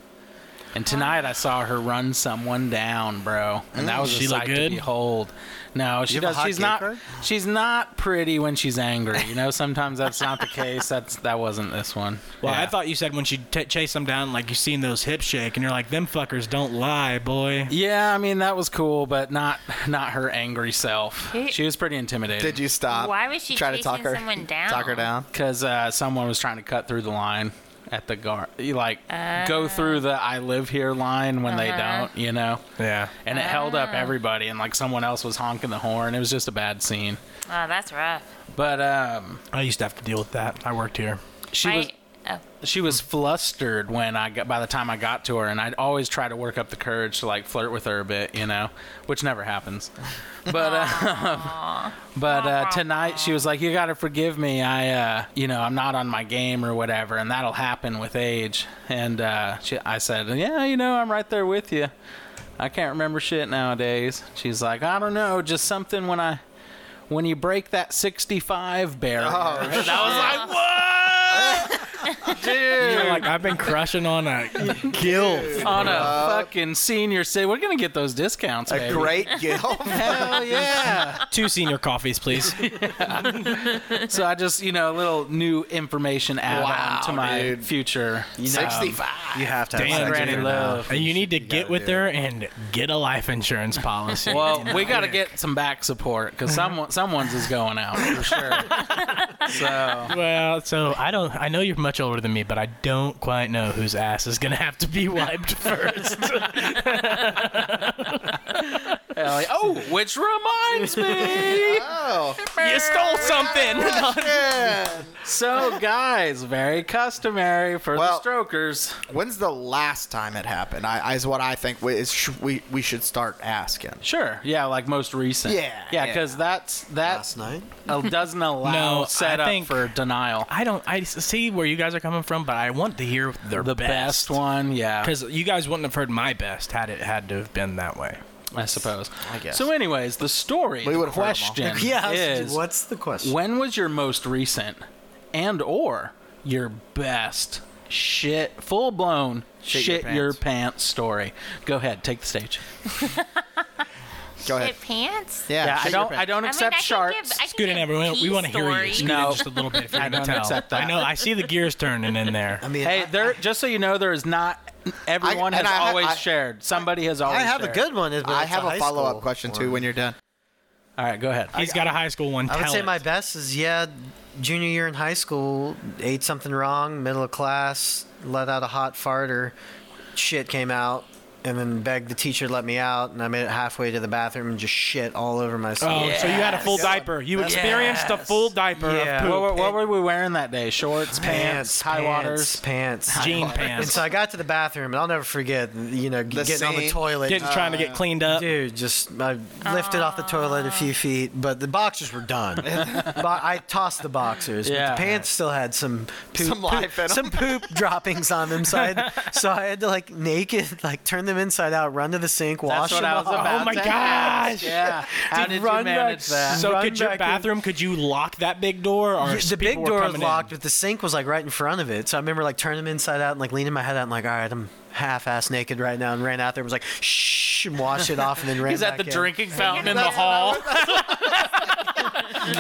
C: And tonight I saw her run someone down, bro, and that was
A: She
C: a
A: look
C: sight to
A: good?
C: behold. No, she
B: have a
C: does.
B: hot
C: She's
B: gate
C: not.
B: guard?
C: She's not pretty when she's angry. You know, sometimes that's not the case. That's that wasn't this one.
A: Well, I
C: Yeah.
A: thought you said when she t- chased them down, like you seen those hips shake, and you're like, them fuckers don't lie, boy.
C: Yeah, I mean that was cool, but not not her angry self.
D: Hey.
C: She was pretty intimidating.
E: Did you stop?
D: Why was she
E: try to talk
D: chasing
E: her,
D: someone down?
E: Talk her down.
C: because uh, someone was trying to cut through the line at the guard. You like go through the "I live here" line when they don't, you know.
A: Yeah.
C: And it held up everybody, and like someone else was honking the horn. It was just a bad scene.
D: Oh, that's rough.
C: But um,
A: I used to have to deal with that. I worked here.
C: she
D: I-
C: was
D: oh,
C: she was flustered when I got by the time I got to her, and I'd always try to work up the courage to like flirt with her a bit, you know, which never happens. But uh, but uh, tonight she was like, "You gotta forgive me. I uh, you know I'm not on my game or whatever, and that'll happen with age." And uh, she, I said, "Yeah, you know I'm right there with you. I can't remember shit nowadays." She's like, "I don't know, just something when I." When you break that 65 barrier,
A: You're like, I've been crushing on uh, a guilt.
C: on a fucking senior city. We're gonna get those discounts,
E: A
C: baby.
E: great guild.
C: Hell yeah!
A: Two senior coffees, please.
C: so I just, you know, a little new information add
E: Wow,
C: on to my
E: dude.
C: future.
E: Sixty-five.
B: You have to have
A: Damn,
B: sex with
C: Granny
B: her now.
C: Love.
A: And you need to get with her and get a life insurance policy.
C: Well, we gotta get some back support because
E: Uh-huh.
C: someone, someone's is going out for sure. So
A: Well, so I don't. I know you're much older than me, but I don't quite know whose ass is gonna have to be wiped first.
C: hell yeah. oh, which reminds me.
E: Oh,
A: you stole something.
C: So guys, very customary for
E: Well-
C: the strokers.
E: when's the last time it happened? I, I is what I think we, is sh- we we should start asking.
C: Sure, yeah, like most recent.
E: Yeah,
C: yeah,
E: yeah.
C: because that's
B: Last
C: that
B: night?
C: uh, doesn't allow
A: No, I
C: setup
A: think-
C: for denial.
A: I don't. I see where you guys are coming from, but I want to hear their
C: the best, one, yeah.
A: because you guys wouldn't have heard my best had it had to have been that way.
C: I suppose. I
E: guess.
C: So, anyways, the story
E: We
C: in
E: would've heard 'em all.
C: question
B: Yeah, I was-
C: is
B: what's the question?
C: when was your most recent and or your best shit, full blown
E: Shit your
C: shit your
E: pants.
C: pants story. Go ahead, take the stage.
E: Go ahead.
D: Shit pants.
E: Yeah,
C: Yeah, I
E: shit your
C: don't.
E: pants.
C: I don't
D: I mean,
C: accept
D: I can
C: sharks.
D: Give, I can
A: Scoot in,
D: give
A: everyone.
D: pee
A: We want to hear you.
D: stories.
A: Scoot in
C: No.
A: just a little bit if you're
C: I
A: going to
C: don't
A: tell.
C: accept that.
A: I know. I see the gears turning in there.
B: I mean,
C: hey,
B: I-
C: there. Just so you know, there is not. Everyone
E: I-
C: has
E: and I ha-
C: always
E: I-
C: shared. Somebody has always.
B: I have a
C: shared.
B: good one. but
E: I
B: it's
E: have a
B: high
E: follow up
B: school
E: question too
B: one.
E: when you're done.
C: All right, go ahead.
A: He's got a high school one.
B: I would
A: Tell
B: say
A: it.
B: my best is yeah, junior year in high school, ate something wrong, middle of class, let out a hot fart or shit came out, and then begged the teacher to let me out, and I made it halfway to the bathroom and just shit all over myself.
A: Oh, so you had a full
E: Yes.
A: diaper. You experienced a full diaper
B: Yeah.
C: What,
A: of poop.
C: were- what were we wearing that day? Shorts, pants,
B: Pants,
C: high waters.
B: pants.
A: Jean
B: And
A: pants.
B: so I got to the bathroom, and I'll never forget, you know, getting on the
E: scene.
B: toilet.
A: Getting trying to get cleaned up.
B: Dude, just I lifted off the toilet a few feet, but the boxers were done. but I tossed the boxers. but
C: Yeah.
B: the pants still had some poop,
E: Some life in 'em.
B: some poop droppings on them. So I, had, so I had to like naked, like turn them inside out, run to the sink, wash
C: That's what
B: them
C: I was
B: off.
C: about.
A: Oh my
C: to
A: gosh.
C: ask. Yeah. How
B: Dude,
C: did you
B: run
C: manage
B: back
C: that?
B: s-
A: So
B: Run
A: could your
B: back in.
A: bathroom? Could you lock that big door? Or
B: Yeah,
A: s-
B: the
A: people
B: big
A: were
B: door was
A: coming in?
B: locked, but the sink was like right in front of it. So I remember like turning them inside out and like leaning my head out and like, all right, I'm half ass naked right now, and ran out there and was like, shh, and washed it off, and then ran.
C: He's at the
B: back in.
C: drinking fountain in
D: That's
C: the
D: what I
C: hall.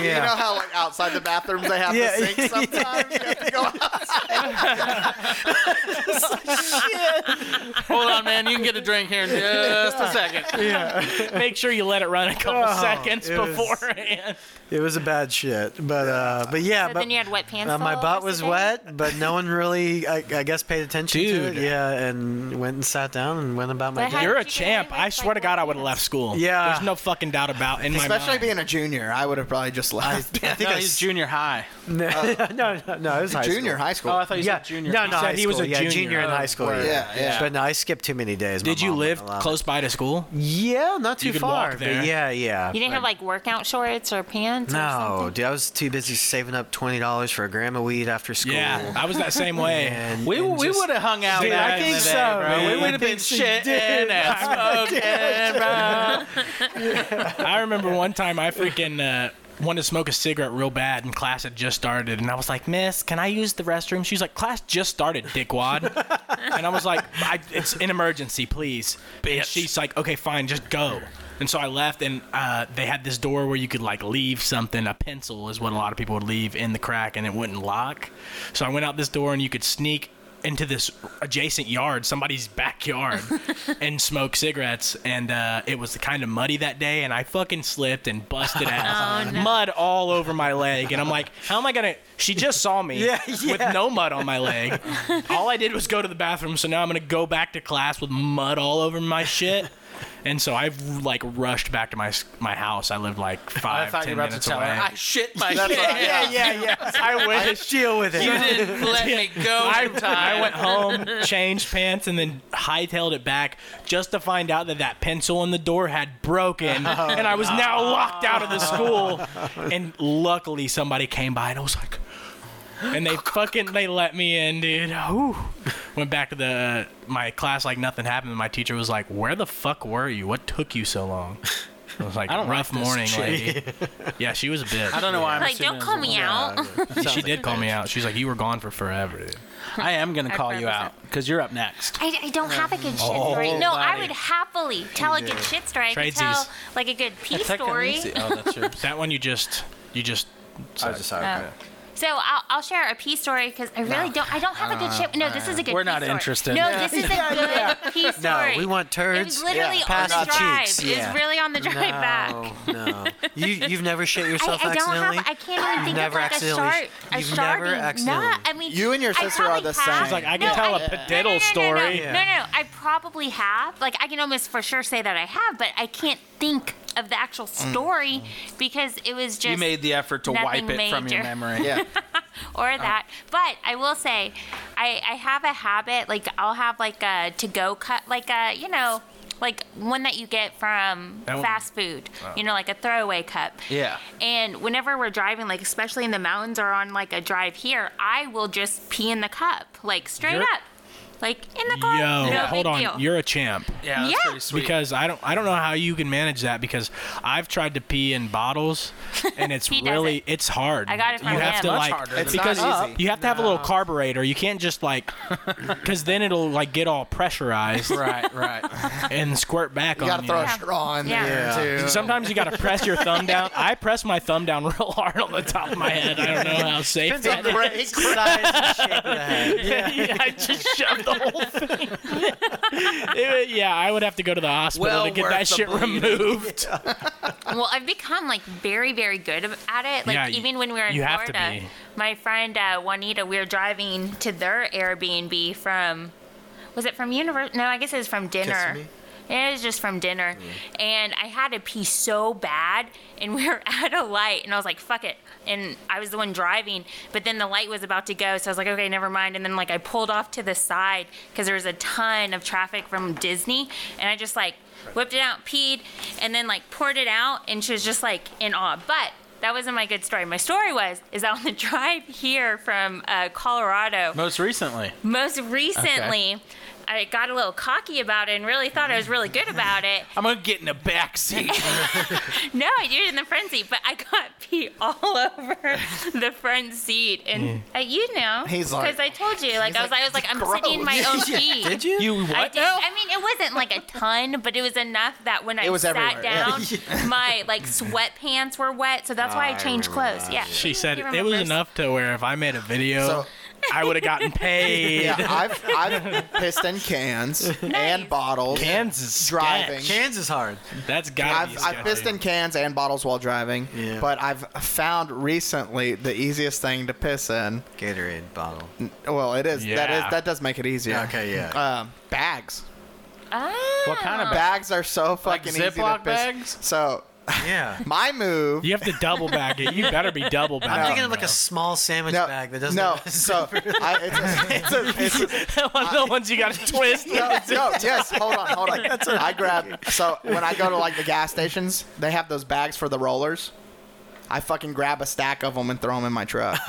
E: You know how like outside the bathrooms they have
B: Yeah.
E: the sink sometimes. You have to go outside.
C: Hold on, man. You can get a drink here in just a second.
A: Make sure you let it run a couple seconds
B: it was-
A: beforehand.
B: It was a bad shit, but uh, but yeah,
D: So
B: but
D: then you had wet pants.
B: Uh, my
D: all
B: butt
D: over
B: was
D: today?
B: wet, but no one really, I, I guess, paid attention
C: Dude.
B: to it. Yeah, and went and sat down and went about my
D: But how-
B: day.
A: You're a
D: Did you get away
A: champ.
D: with,
A: I swear to
D: like,
A: God, I
D: wet
A: would have left school.
B: Yeah.
A: There's no fucking doubt about in my
E: Especially
A: mind.
E: being a junior, I would have probably just left.
B: I think
C: No,
B: I
C: he's
B: s-
C: junior high.
B: no, no, no, no, it was high
E: junior
B: school.
E: high school.
C: Oh, I thought you
B: yeah,
C: said junior.
B: No,
C: high.
B: no,
A: said
B: high
A: he was
B: school.
A: a
B: yeah,
A: junior.
B: in
C: Oh,
B: high school.
E: word. Yeah, yeah.
B: But no, I skipped too many days. My
A: Did you
B: mom
A: live
B: wouldn't allow it.
A: close by to school?
B: Yeah, not too
A: could
B: far.
A: walk
B: but
A: there.
B: yeah, yeah.
D: You didn't have like workout shorts or pants. or
B: no,
D: something?
B: dude, I was too busy saving up twenty dollars for a gram of weed after school.
A: Yeah, I was that same way.
B: And,
C: We,
B: and
C: we
B: just-
C: would have hung out
B: Dude,
C: back
B: I
C: in
B: think
C: the day,
B: so,
C: bro.
B: man.
C: We would
B: I
C: have been
B: think so,
C: shitting
B: dude.
C: and smoking, bro.
A: I remember one time I freaking uh, wanted to smoke a cigarette real bad, and class had just started, and I was like, "Miss, can I use the restroom?" She's like, "Class just started, dickwad," and I was like, I, "It's an emergency, please." And she's like, "Okay, fine, just go." And so I left, and uh, they had this door where you could like leave something. A pencil is what a lot of people would leave in the crack, and it wouldn't lock. So I went out this door, and you could sneak into this adjacent yard, somebody's backyard, and smoke cigarettes. And uh, it was kind of muddy that day, and I fucking slipped and
C: Oh,
A: busted ass, mud all over my leg. And I'm like, how am I gonna? She just saw me
B: Yeah,
A: with no mud on my leg. All I did was go to the bathroom, so now I'm gonna go back to class with mud all over my shit. And so I like rushed back to my s- my house. I lived like
C: I
A: five,
C: thought
A: ten
C: you were about to
A: minutes
C: tell
A: away.
C: her. I shit my
E: That's what I-
C: pants.
E: yeah, yeah.
A: I wish.
B: deal with it.
C: You didn't let me go.
A: I,
C: in time.
A: I went home, changed pants, and then hightailed it back just to find out that that pencil in the door had broken, and I was now locked out of the school. And luckily, somebody came by, and I was like, and they fucking they let me in, dude. Whew. Went back to the my class like nothing happened. And my teacher was like, "Where the fuck were you? What took you so long?" I was like,
C: I don't
A: "Rough
C: like this
A: morning,
C: chick."
A: lady." yeah, she was a bitch.
C: I don't know why I'm
D: Like, don't
C: assuming
D: call
C: it's-
D: me out.
A: she did call me out. She's like, "You were gone for forever." Dude.
C: I am gonna call you
D: 100%.
C: out because you're up next.
D: I, I don't have a good shit
A: Oh,
D: story. No, I would happily tell a good shit story. I could
A: Tradesies.
D: tell like a good pee
C: Take it
D: story.
C: easy. Oh, that's yours.
A: That one you just you just
D: Oh. So I'll, I'll share a pee story because I really don't I don't have a good shit. No, this is
B: Uh,
D: a good.
C: We're
D: pee
C: not
D: story.
C: interested.
D: No,
C: Yeah.
D: this is a good pee story.
B: No, we want turds.
D: It was literally
E: Yeah.
D: on
B: Past
D: the
B: the
D: drive.
B: cheeks,
D: It
B: yeah.
D: was really on the drive back.
B: Oh, No, you you've never shit
D: I,
B: yourself
D: I don't
B: accidentally.
D: have. I can't even think
B: Never
D: of like a
B: accidentally-
D: shark. A
B: you've
D: shark.
B: never accidentally-
D: Nah, I mean,
E: You and your
D: I
E: sister are
D: probably
E: the same.
D: have.
E: She's like,
A: I can
D: No,
A: tell
D: I-
A: a
D: No,
A: pedophile
D: no, no,
A: story.
D: No no. no, no. I probably have. Like, I can almost for sure say that I have, but I can't think of the actual
E: Mm.
D: story because it was just
C: You made the effort to wipe
D: nothing
C: it from your
D: major.
C: memory.
E: Yeah.
D: or
A: Uh-huh.
D: that. But I will say, I, I have a habit like I'll have like a to go cut like a you know like one that you get from
A: That one-
D: fast food. You know, like a throwaway cup.
C: Yeah.
D: And whenever we're driving, like especially in the mountains or on like a drive here, I will just pee in the cup like straight
A: You're-
D: up. Like in the
A: Yo,
D: car. no
A: hold
D: big
A: on.
D: deal.
A: You're a champ.
C: Yeah, that's
D: Yeah.
C: pretty sweet.
A: Because I don't I don't know how you can manage that because I've tried to pee in bottles and it's
D: He
A: really
D: doesn't.
A: it's hard.
D: I got it from
A: you have
D: him.
A: to
D: Much
A: like
C: harder
A: it's
C: than
A: because
C: that.
A: you have to have a little carburetor. You can't just like cuz then it'll like get all pressurized
C: right, right.
A: and squirt back
E: You
A: on
E: gotta
A: you.
E: throw
D: Yeah.
E: a straw in
D: Yeah.
E: there too.
A: Sometimes you got to press your thumb down. I press my thumb down real hard on the top of my head. I don't know how safe
B: Depends on
A: that
B: the
A: is.
B: break, size, and shape of the head.
A: yeah, I just shoved the whole thing. It would- yeah, I would have to go to the hospital
C: Well
A: to get that
C: worth the
A: shit
C: bleeding.
A: removed.
D: Well, I've become like very, very good ab- at it. Like
A: Yeah, you-
D: even when we were in
A: you have to
D: Florida,
A: be.
D: my friend uh, Juanita, we were driving to their Airbnb from, was it from university? No, I guess it was from dinner.
B: Kissimmee?
D: It was just from dinner, and I had to pee so bad, and we were at a light, and I was like, "Fuck it," and I was the one driving. But then the light was about to go, so I was like, "Okay, never mind." And then like I pulled off to the side because there was a ton of traffic from Disney, and I just like whipped it out, peed, and then like poured it out, and she was just like in awe. But that wasn't my good story. My story was is that on the drive here from uh, Colorado,
C: Most recently.
D: most recently. I got a little cocky about it and really thought I was really good about it.
C: I'm gonna get in the back seat.
D: No, I did it in the front seat, but I got pee all over the front seat, and I, you know,
E: He's like-
D: because I told you, like I was, I was like, I'm sitting in my own pee.
B: Did you?
C: you
D: I
C: what
D: did.
C: now?
D: I mean, it wasn't like a ton, but it was enough that when I
E: It was
D: sat
E: everywhere, yeah.
D: down, my like sweatpants were wet, so that's why I
B: I
D: changed
B: remember
D: clothes.
B: that.
D: Yeah,
A: She
D: You
A: said it was
D: remember.
A: enough to where if I made a video,
E: So-
A: I would have gotten paid.
E: Yeah, I've I've pissed in cans and bottles.
A: Cans is
E: driving.
A: sketch.
B: Cans is hard.
A: That's gotta be
E: I've, I've
A: sketchy.
E: pissed in cans and bottles while driving,
B: Yeah.
E: but I've found recently the easiest thing to piss in.
B: Gatorade bottle.
E: Well, it is that
A: Yeah.
E: is that does make it easier.
B: Okay, yeah.
E: Um, bags.
D: Ah.
C: What kind of bag?
E: Bags are so fucking easy to
C: Ziploc
E: piss.
C: bags?
E: So
B: Yeah.
E: my move.
A: You have to double back it. You better be double back.
B: I'm thinking of like a small sandwich
E: no,
B: bag that doesn't.
E: no. So I, it's a, it's a, it's a,
A: the ones you gotta twist.
E: no, no, yes. Hold on, hold on. I grab. So when I go to like the gas stations, they have those bags for the rollers. I fucking grab a stack of them and throw them in my truck.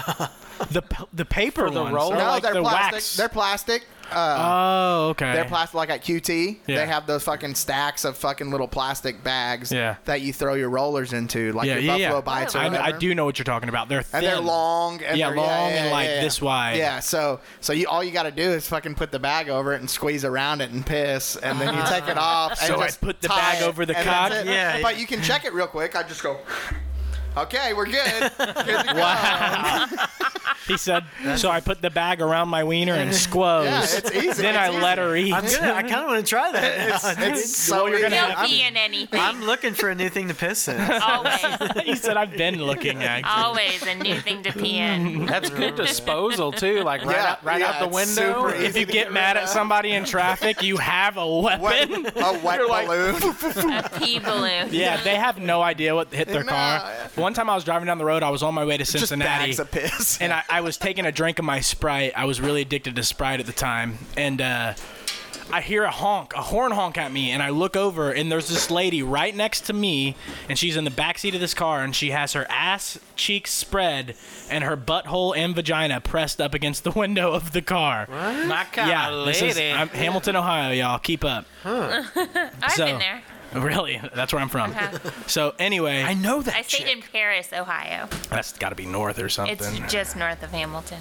A: The p- the paper
C: the
A: ones.
C: roll?
A: or
E: No,
A: like
E: they're
A: the
E: plastic.
A: wax.
E: They're plastic. Uh,
A: oh, okay.
E: they're plastic, like at QT.
A: Yeah.
E: They have those fucking stacks of fucking little plastic bags
A: Yeah.
E: that you throw your rollers into, like
A: Yeah,
E: your
A: yeah,
E: buffalo
A: yeah.
E: bites. Or
A: I, I
E: whatever.
A: do know what you're talking about. They're thin.
E: And they're long. And
A: Yeah,
E: they're,
A: long and,
E: yeah,
A: like,
E: yeah.
A: this wide.
E: Yeah, so so you all you got to do is fucking put the bag over it and squeeze around it and piss, and then you take it off.
A: So
E: and
A: I
E: just
A: put the
E: tie
A: bag
E: it,
A: over the
E: and that's it.
A: cock?
B: Yeah,
E: but
B: yeah.
E: you can check it real quick. I just go. Okay, we're good. Good to go."
A: He said. so I put the bag around my wiener and squoze.
E: Yeah, it's easy.
A: then
E: It's
A: I
E: easy.
A: let her eat.
B: I'm gonna, I kind of want to try that. now.
E: It's so
A: you're gonna
E: easy.
D: Don't pee in anything.
B: I'm looking for a new thing to piss in.
D: always,
A: he said I've been looking at.
D: always a new thing to pee in.
C: That's good disposal too. Like right
E: Yeah,
C: out, right
E: yeah,
C: out the
E: it's
C: window.
E: super
A: If
E: easy
A: you
E: to
A: get mad
E: rid
A: at
E: of.
A: somebody in traffic, you have a
E: Wet-
A: weapon.
E: a wet balloon.
D: A pee balloon.
A: Yeah, they have no idea what hit their
E: No,
A: car.
E: yeah.
A: One time I was driving down the road, I was on my way to
E: just
A: Cincinnati.
E: bags of piss.
A: and I, I was taking a drink of my Sprite. I was really addicted to Sprite at the time, and uh, I hear a honk, a horn honk at me, and I look over, and there's this lady right next to me, and she's in the back seat of this car, and she has her ass cheeks spread and her butthole and vagina pressed up against the window of the car.
C: My kind
A: Yeah,
C: of
A: this is
C: lady.
A: I'm, Hamilton, Ohio, y'all. Keep up.
D: I've
A: So-
D: been there.
A: Really, that's where I'm from.
D: Uh-huh.
A: So anyway, I know that.
D: I stayed in Paris, Ohio.
A: That's got to be north or something.
D: It's just north of Hamilton.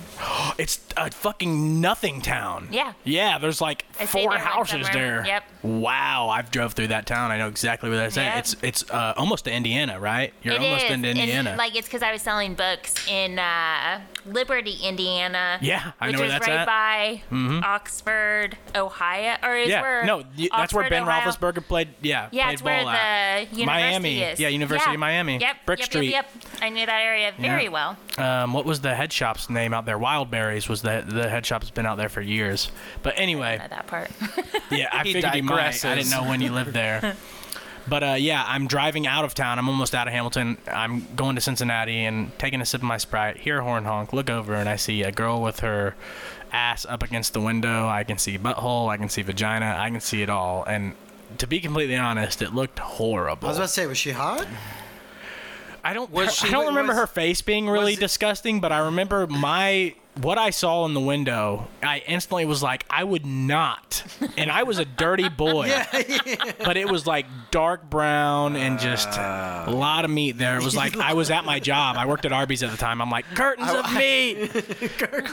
A: It's a fucking nothing town.
D: Yeah.
A: Yeah, there's like
D: I stayed
A: four
D: there once
A: houses
D: somewhere.
A: there.
D: Yep.
A: Wow, I've drove through that town. I know exactly where that's
D: Yeah.
A: at. It's it's uh, almost to Indiana, right? You're
D: It
A: almost
D: is.
A: into
D: And,
A: Indiana.
D: like it's because I was selling books in uh, Liberty, Indiana.
A: Yeah, I know
D: which
A: where
D: was
A: that's
D: right
A: at. Mm-hmm.
D: by Oxford, Ohio, or is
A: yeah.
D: where
A: no, y- that's where
D: Oxford,
A: Ben
D: Ohio-
A: Roethlisberger played. Yeah.
D: Yeah,
A: played
D: it's
A: ball
D: where
A: at.
D: the university
A: Miami.
D: is.
A: Yeah, University of Miami.
D: Yep.
A: Brick
D: yep,
A: Street.
D: Yep, yep. I knew that area very
A: Yeah.
D: well.
A: Um, what was the head shop's name out there? Wildberries was the the head shop's been out there for years. But anyway,
D: At that part.
A: Yeah, I
C: He
A: figured he might. I
C: digresses.
A: didn't know when you lived there. But uh, yeah, I'm driving out of town. I'm almost out of Hamilton. I'm going to Cincinnati and taking a sip of my Sprite. Hear a horn honk. Look over and I see a girl with her ass up against the window. I can see butthole. I can see vagina. I can see it all. And to be completely honest, it looked horrible.
B: I was about to say, was she hot?
A: I don't.
C: Was she-
A: I don't remember
B: was-
A: her face being really
B: was it-
A: disgusting, but I remember my what I saw in the window, I instantly was like, I would not. And I was a dirty boy. But it was like dark brown and just
B: Ah.
A: a lot of meat there. It was like I was at my job. I worked at Arby's at the time. I'm like, curtains of meat.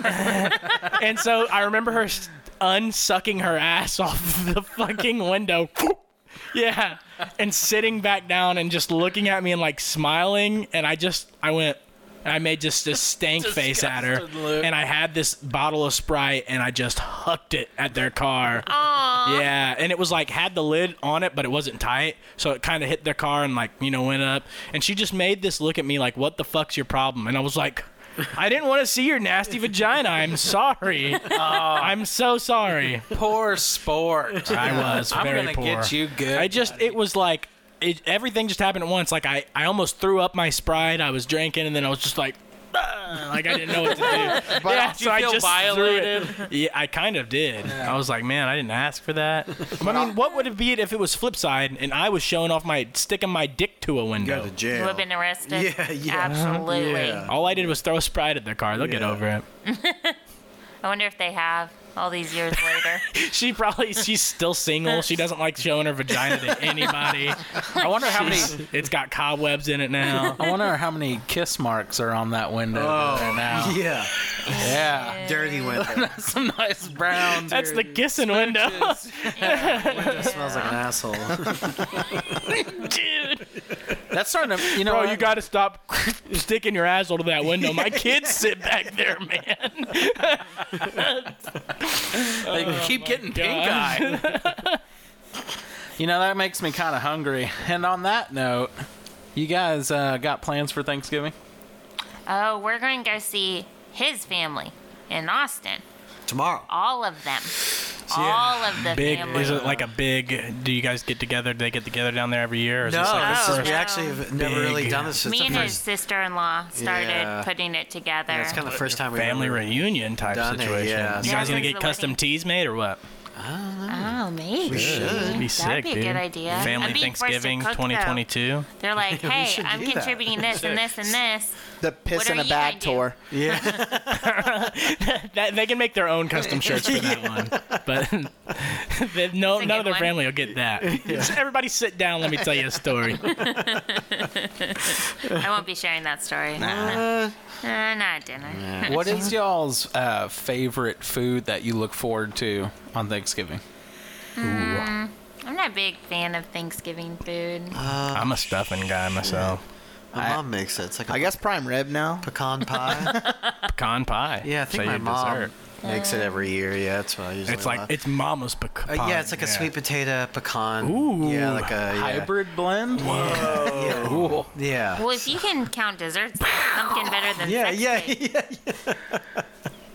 A: and so I remember her s- unsucking her ass off the fucking window. yeah. And sitting back down and just looking at me and like smiling. And I just, I went, and I made just this stank face at her.
C: Disgusted look.
A: And I had this bottle of Sprite and I just hucked it at their car.
D: Aw.
A: Yeah, and it was like had the lid on it, but it wasn't tight, so it kind of hit their car and like you know went up. And she just made this look at me like, "What the fuck's your problem?" And I was like, "I didn't want to see your nasty vagina. I'm sorry.
C: Oh.
A: I'm so sorry.
C: Poor sport.
A: I was
C: I'm
A: very
C: gonna
A: poor.
C: get you good.
A: I just it was like." It, everything just happened at once. Like I, I almost threw up my Sprite. I was drinking, and then I was just like, "Ah," like I didn't know what to do. yeah,
C: you feel
A: threw it. Yeah, I kind of did. I was like, man, I didn't ask for that. But I mean, what would it be if it was flip side and I was showing off my sticking my dick to a window?
B: jail.
D: Would have been arrested.
A: Oh,
B: Yeah, yeah.
D: Absolutely.
B: Yeah.
A: All I did was throw a sprite at their car. They'll get
B: Yeah.
A: over it.
D: I wonder if they have all these years later.
A: She probably she's still single. She doesn't like showing her vagina to anybody.
C: I wonder how many.
A: It's got cobwebs in it now.
C: I wonder how many kiss marks are on that window
A: Oh.
C: there now.
B: Yeah.
C: Yeah,
B: Dirty window.
C: some nice browns.
A: That's the kissing window,
B: smells like an asshole.
A: dude.
C: That's starting to. You know,
A: Bro,
C: what?
A: you got to stop sticking your asshole to that window. My kids sit back there, man.
C: They keep getting
A: Oh God.
C: pink eye. you know that makes me kind of hungry. And on that note, you guys uh, got plans for Thanksgiving?
D: oh, we're going to go see his family in Austin.
B: Tomorrow.
D: All of them. All of the
A: Big
D: family.
A: is it like a big? Do you guys get together? Do they get together down there every year? Or is
B: No,
A: this like
B: this
A: the
B: is,
A: first?
B: we actually have never
A: big-
B: really done this. It's
D: Me
B: the
D: and his
B: first,
D: sister-in-law started
B: Yeah.
D: putting it together.
B: yeah, it's kind of the first time we
A: family
B: really-
A: reunion type
B: Done it,
A: situation.
B: yeah.
A: You
D: Yeah,
A: guys gonna
D: since
A: get
D: the
A: custom
D: wedding.
A: teas made or what?
D: oh, maybe.
A: That'd be sick,
D: That'd be a
A: dude.
D: good idea.
A: Family
D: I'm being forced to
A: Thanksgiving
D: cook, though.
A: 2022.
D: They're like,
B: We
D: hey,
B: should
D: I'm
B: do that.
D: contributing this and this and this.
E: The piss
D: What
E: in
D: are
E: a
D: you
E: bag
D: gonna do?
E: tour.
B: Yeah.
A: That, they can make their own custom shirts for that one, but they- no,
D: It's a
A: none of
D: good
A: their
D: one.
A: family will get that. Just everybody sit down. Let me tell you a story.
D: I won't be sharing that story. Uh, not at dinner.
C: What is y'all's uh, favorite food that you look forward to on Thanksgiving?
D: I'm not a big fan of Thanksgiving food.
A: I'm a stuffing guy myself.
B: my mom makes it. It's like a
E: I guess prime rib now.
B: pecan pie.
A: Pecan pie.
B: Yeah, I think
A: So
B: my
A: your
B: mom
A: dessert.
B: makes it every year. Yeah, that's what I usually.
A: It's like
B: love.
A: it's mama's pecan.
B: Uh, yeah, it's like a sweet potato pecan.
A: Ooh,
B: yeah, like a yeah.
C: Hybrid blend?
B: Yeah.
C: Whoa.
B: Yeah.
D: Well, if you can count desserts, pumpkin better than
B: Yeah,
D: sex
B: yeah,
D: cake.
B: yeah,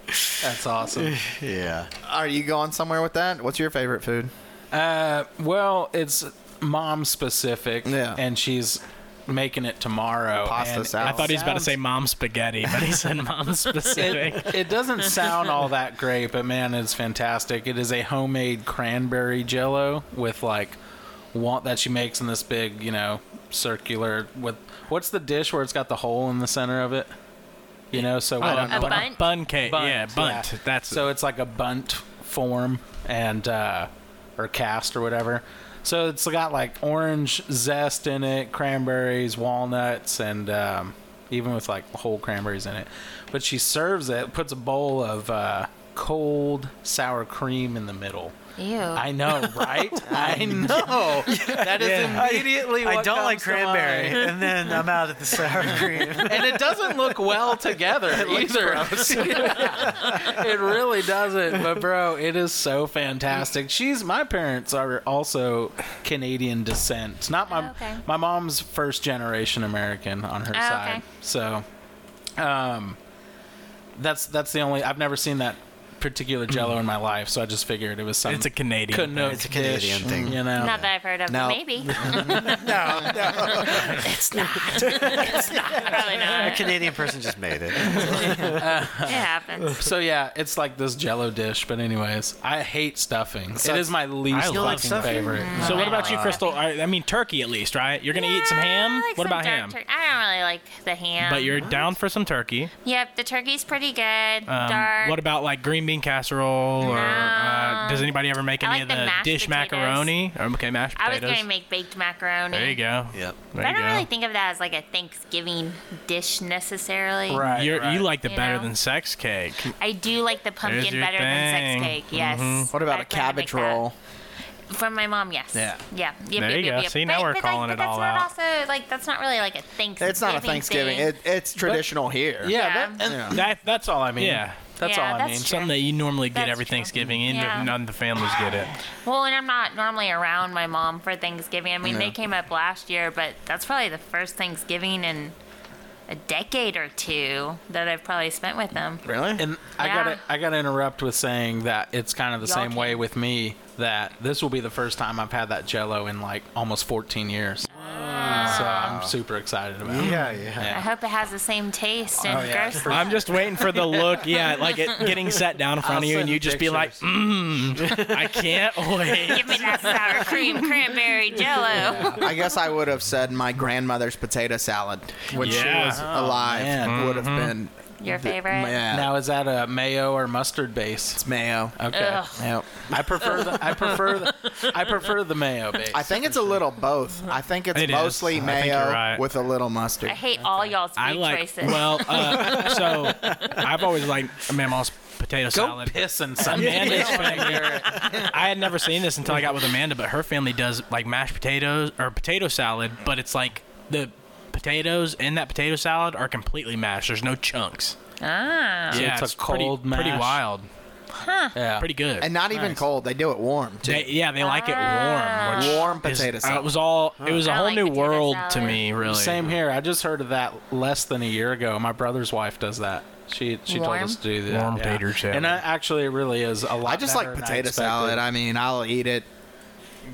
C: That's awesome.
B: yeah.
E: Are you going somewhere with that? What's your favorite food?
C: Uh, well, it's mom specific,
E: Yeah.
C: and she's making it tomorrow.
E: Pasta
C: and
E: salad.
A: I thought he was about to
C: sounds-
A: say mom spaghetti, but he said mom specific.
C: It, it doesn't sound all that great, but man, it's fantastic. It is a homemade cranberry jello with like want that she makes in this big, you know, circular with what's the dish where it's got the hole in the center of it? You know, so
A: I don't
D: A
A: know.
D: bunt?
A: Bun cake. yeah, bunt.
C: yeah.
A: That's
C: so it's like a bunt form and uh, or cast or whatever. So it's got like orange zest in it, cranberries, walnuts, and um, even with like whole cranberries in it. But she serves it, puts a bowl of uh, cold sour cream in the middle.
D: Ew.
C: I know, right? I know. That is immediately.
B: I
C: what
B: don't like
C: comes to mind.
B: cranberry, and then I'm out at the sour cream.
C: and it doesn't look well together either. it really doesn't. But bro, it is so fantastic. She's my parents are also Canadian descent. Not my
D: Oh, okay.
C: my mom's first generation American on her
D: Oh, okay.
C: side. So, um, that's that's the only I've never seen that particular Jello in my life. So I just figured it was something.
A: It's a Canadian thing.
B: It's a Canadian thing.
C: You know,
D: Not that I've heard of.
E: No.
D: but Maybe. no, no. it's not. It's not. Probably
B: A
D: not.
B: Canadian person just made it.
D: It happens.
C: So yeah, it's like this Jello dish. But anyways, I hate stuffing. it is my least
A: love
C: fucking
A: stuffing.
C: favorite.
A: So what about you, Crystal? I, I mean, turkey at least, right? You're gonna eat some
D: Yeah, I
A: ham.
D: like some
A: what about
D: dark
A: ham?
D: turkey. I don't really like the ham.
A: But
C: Mm-hmm.
A: you're down for some turkey.
D: Yep, the turkey's pretty good.
A: Um,
D: Dark.
A: What about like green bean casserole? Or uh,
D: No.
A: does anybody ever make
D: I
A: any
D: like
A: of
D: the
A: the,
D: mashed
A: dish
D: potatoes.
A: macaroni? Or, okay, mashed
D: I was
A: potatoes.
D: gonna make baked macaroni.
A: there you go.
B: Yep.
A: There
D: But I
A: you
D: don't
A: go.
D: really think of that as like a Thanksgiving dish necessarily.
C: Right.
A: You're, You like the
D: You
A: better
D: know?
A: than sex cake.
D: I do like the
A: There's
D: pumpkin
A: your
D: better than
A: thing.
D: sex cake. Yes.
E: Mm-hmm. What about
D: I
E: a
D: plan to make
E: cabbage
D: that.
E: roll?
D: From my mom, yes.
E: Yeah.
D: Yeah. Yep,
A: There
D: yep,
A: you
D: yep,
A: go.
D: yep.
A: See, now
D: But-
A: we're
D: but,
A: calling
D: like,
A: it
D: but
A: all out.
D: That's not also like that's not really like a Thanksgiving.
E: It's not a Thanksgiving.
D: thing.
E: It, it's traditional here.
C: Yeah,
D: Yeah.
C: That, and that that's all I mean.
A: Yeah.
C: That's
D: Yeah,
C: all I
D: that's
C: mean.
D: true.
A: Something that you normally get
D: That's
A: every
D: true.
A: Thanksgiving, and
D: Yeah.
A: none of the families get it.
D: Well, and I'm not normally around my mom for Thanksgiving. I mean, they came up last year, but that's probably the first Thanksgiving in a decade or two that I've probably spent with them.
E: Really?
C: And I
D: Yeah.
C: gotta I gotta interrupt with saying that it's kind of the
D: Y'all
C: same way
D: can.
C: with me that this will be the first time I've had that Jello in like almost 14 years. So I'm super excited about it.
B: Yeah, yeah.
D: I hope it has the same taste and grossness.
A: I'm just waiting for the look, yeah, like it getting sat down in front of you, and you just be like, mm, "I can't wait."
D: Give me that sour cream cranberry jello.
E: I guess I would have said my grandmother's potato salad when
A: Yeah.
E: she was alive
C: Oh, man. Mm-hmm.
E: would have been
D: Your favorite?
E: Yeah.
C: Now is that a mayo or mustard base?
E: It's mayo.
C: Okay.
D: Ugh.
E: Yep.
C: I prefer the I prefer the, I prefer the mayo base.
E: I think it's a little both. I think it's
A: It is.
E: mostly
A: I think
E: mayo
A: you're right.
E: with a little mustard.
D: I hate all y'all's food
A: I like
D: choices.
A: well, uh, so I've always liked Mamma's potato
C: Go
A: salad.
C: pissing some
A: Amanda's family. I had never seen this until I got with Amanda, but her family does like mashed potatoes or potato salad, but it's like the potatoes in that potato salad are completely mashed. There's no chunks.
D: ah.
C: So
A: yeah,
C: it's a cold
A: pretty, pretty
C: mash.
A: wild,
C: Yeah.
A: pretty good.
E: And not even cold. They do it warm too.
A: They- yeah, they like it warm. Which
E: warm
A: is-
E: potato
A: uh,
E: salad.
A: it was all. It was a
D: I
A: whole
D: like
A: new
D: potato
A: world to
D: salad.
A: me, really.
C: Same here. I just heard of that less than a year ago. My brother's wife does that. She she
D: Warm?
C: told us to do that.
A: Warm tater salad.
C: And I, actually, it really is a lot.
E: I just like
C: better than I
E: potato
C: expected.
E: salad. I mean, I'll eat it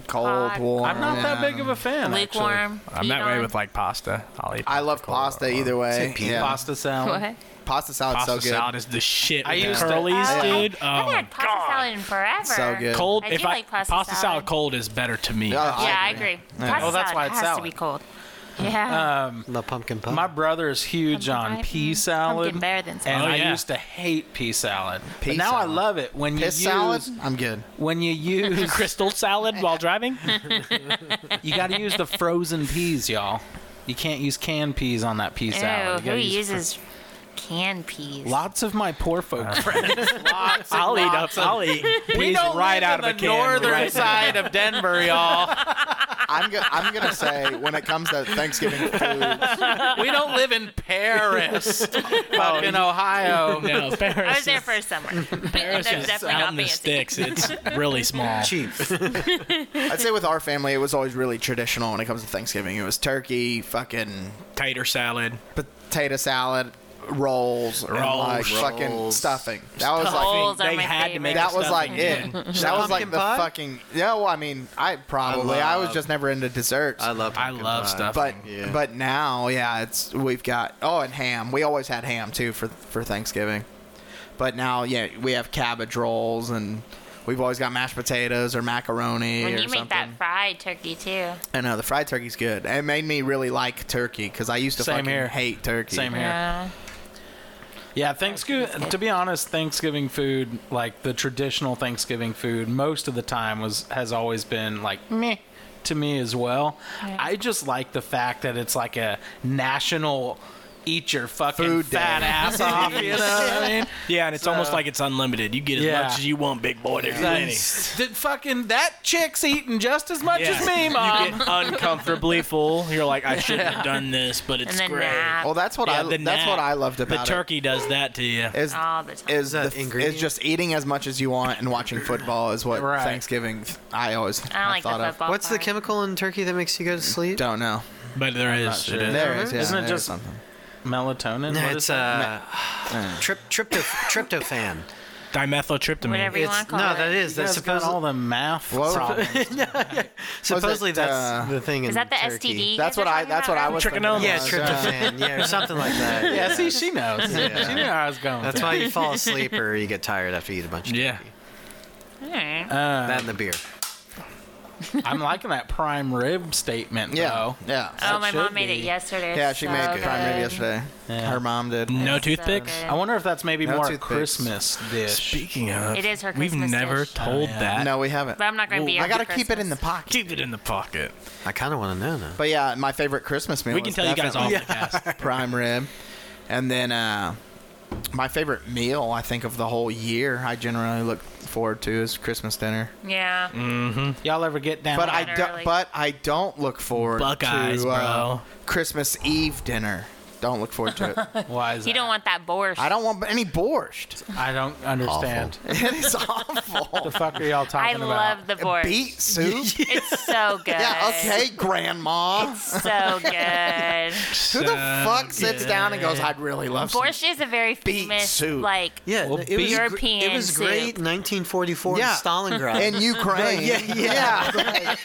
E: cold,
D: Hot.
E: warm.
C: I'm not that big of a fan.
D: Lukewarm.
A: I'm that
D: peed
A: way
D: on.
A: with like pasta. I'll eat.
E: I love
A: cold
E: pasta
A: or-
E: either way.
C: actually.
E: Yeah. Pasta,
C: Pasta
A: Um,
C: salad.
D: What?
E: salad's
A: Pasta
E: so good.
A: salad is the shit.
C: I
A: with
C: used to-
A: curlies,
D: Oh, I-
A: dude.
D: I
A: oh
D: haven't
A: my
D: had pasta
A: god.
D: salad in forever.
E: So good.
A: Cold.
D: I
A: if
D: do
A: I
D: like pasta
A: salad.
D: salad.
A: cold is better to me.
E: Yeah.
D: Yeah, I agree. Pasta
C: Oh, that's
D: salad
C: why it's
D: has
C: salad.
D: to be cold.
A: Um,
D: Yeah.
B: The pumpkin pie.
C: My brother is huge
D: Pumpkin
C: on
D: pie.
C: pea
D: Mm.
C: salad.
D: Pumpkin better than
C: and
D: salad.
A: Oh,
C: I
A: yeah.
C: used to hate pea salad.
E: Pea
C: but now
E: salad.
C: I love it when you
E: Piss
C: use
E: salad? I'm good.
C: when you use
A: Crystal salad while driving.
C: you got to use the frozen peas, y'all. You can't use canned peas on that pea salad.
D: Ew,
C: You
D: who
C: gotta use
D: uses canned peas?
C: Lots of my poor folk friends. Lots and
A: I'll eat up.
C: lots of-
A: I'll eat peas
C: don't
A: right
C: live
A: out
C: in
A: of a
C: the
A: can.
C: northern
A: right now.
C: side of Denver, y'all.
E: I'm go- I'm gonna say when it comes to Thanksgiving food,
C: We don't live in Paris, up
A: Oh,
C: in Ohio.
A: No, Paris
D: I was there
A: is-
D: for a summer. But
A: Paris
D: there's
A: is
D: definitely
A: out
D: not
A: in the
D: fancy.
A: sticks. It's really small.
B: cheap.
E: I'd say with our family, it was always really traditional when it comes to Thanksgiving. It was turkey, fucking
A: Tater salad.
E: potato salad, rolls, and
A: Rolls.
E: like fucking
B: Rolls.
E: stuffing. That was like
D: Rolls are
A: They
D: my
A: had to make
D: favorite.
E: that was like it. That was like
B: Pumpkin
E: the
B: pie?
E: fucking yeah. Well, I mean, I probably I, was
B: love-
E: just never into desserts.
B: I love.
A: I
B: pumpkin
A: love
B: pie.
A: stuff.
E: but
B: yeah.
E: but now yeah, it's we've got oh and ham. We always had ham too for for Thanksgiving, but now yeah we have cabbage rolls and we've always got mashed potatoes or macaroni
D: When
E: or
D: you
E: something.
D: make that fried turkey too.
E: I know the fried turkey's good. It made me really like turkey because I used to
C: Same
E: fucking
C: here.
E: hate turkey.
C: Same here.
D: Yeah.
C: Yeah, Thanksgiving. To be honest, Thanksgiving food, like the traditional Thanksgiving food, most of the time was has always been like meh to me as well. I just like the fact that it's like a national eat your fucking
E: Food day.
C: fat ass off. You know what I mean?
A: Yeah, and it's almost like it's unlimited. You get as
C: Yeah.
A: much as you want, big boy. There's plenty.
C: Did fucking that chick's eating just as much
A: Yeah.
C: as me, mom.
A: You get uncomfortably full. You're like, I shouldn't have done this, but it's
D: And then
A: great.
D: nap
E: Well, that's what
A: Yeah,
E: I
A: the
E: that's
A: nap.
E: what I loved
A: The
E: about
A: turkey does that to you.
E: it. Is
D: all Ah, the time.
E: is the
B: that
E: f- is
B: ingredient?
E: just eating as much as you want and watching football is what
C: Right.
E: Thanksgiving I always
D: I don't like the
E: thought of.
D: football.
B: What's the
D: part.
B: chemical in turkey that makes you go to sleep?
E: Don't know.
A: But there is.
C: sure.
A: It is.
E: There is, yeah,
C: Isn't it
E: there's
C: just
E: something.
C: melatonin? What is
B: It's
C: that?
B: uh, trip, trypto, tryptophan.
A: Dimethyltryptamine.
D: Whatever you
B: It's,
D: want to
B: no,
D: call it.
B: that is
C: You guys
B: that's
C: got
B: supposed,
C: all the math
E: Well,
C: problems.
B: supposedly
E: was it,
B: that's
E: uh,
B: the thing.
D: Is
B: in
D: that the
B: turkey.
D: STD? you
E: That's
D: guys
E: what
D: are
E: I
D: talking
E: that's what
D: about?
E: I was thinking.
A: Trichinosis.
B: Yeah,
E: was, uh,
B: tryptophan. yeah, or something like that.
C: yeah, see, she knows. She knew where I was going.
B: That's why you fall asleep or you get tired after you eat a bunch of
A: Yeah.
B: turkey.
D: Alright.
C: Uh,
B: That and the beer.
C: I'm liking that prime rib statement,
E: Yeah.
C: though.
E: Yeah.
D: Oh, my
C: should
D: mom made it
C: be.
D: yesterday. It's
E: yeah, she
D: so
E: made
D: good.
E: prime rib yesterday. Her mom did.
A: No
D: It's so
A: toothpicks?
D: good.
C: I wonder if that's maybe
E: No
C: more a
E: toothpicks.
C: Christmas dish.
A: Speaking of,
D: It is her
A: We've
D: Christmas
A: never
D: dish.
A: told
C: Oh, yeah.
A: that.
E: No, we haven't.
D: But I'm not going to be.
E: I
D: out
E: gotta
D: for
E: keep it in the
D: Christmas.
E: pocket.
A: Keep it in the pocket.
B: I kind of want to know now.
E: But yeah, my favorite Christmas meal.
A: We can
E: is
A: tell you guys
E: definitely
A: off the cast.
E: prime rib, and then uh, my favorite meal I think of the whole year. I generally look forward to is Christmas dinner.
D: Yeah.
A: Mm.
C: Y'all ever get down?
E: But
D: Not
E: I do,
D: early.
E: but I don't look forward
A: Buckeyes,
E: to uh,
A: bro.
E: Christmas Eve dinner. Don't look forward to it.
C: Why is
D: You
C: that?
D: don't want that borscht.
E: I don't want any borscht.
C: I don't understand.
E: It is awful.
C: The fuck are y'all
D: I
C: talking about?
D: love the borscht.
E: Beet soup.
D: It's so good.
E: Yeah, okay, grandma.
D: So good.
E: Who the fuck sits down and goes, I'd really love some
D: Borscht is a very
E: Beet
D: famous,
E: soup.
D: like,
B: Yeah,
C: Well,
B: it was gr-
D: European
B: It was great.
D: soup.
B: 1944
E: Yeah.
B: in Stalingrad.
E: in Ukraine.
B: Yeah, yeah.
E: yeah.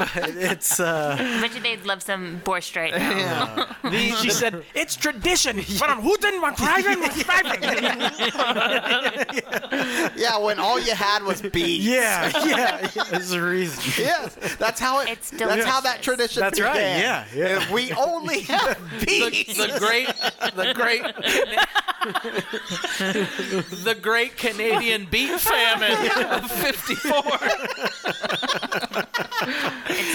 B: it's uh,
D: I bet you they'd love some borscht right now.
A: she said, "It's tradition." But I'm hooting, I'm driving, I'm driving.
E: Yeah, when all you had was beets.
B: yeah, yeah. yeah, There's a reason.
E: Yes, that's how it.
D: It's
E: that's how that
D: delicious.
E: tradition.
B: That's right,
E: began.
B: yeah, yeah.
E: If we only had beets.
C: the great, the great, the great Canadian beet famine of '54.
D: It's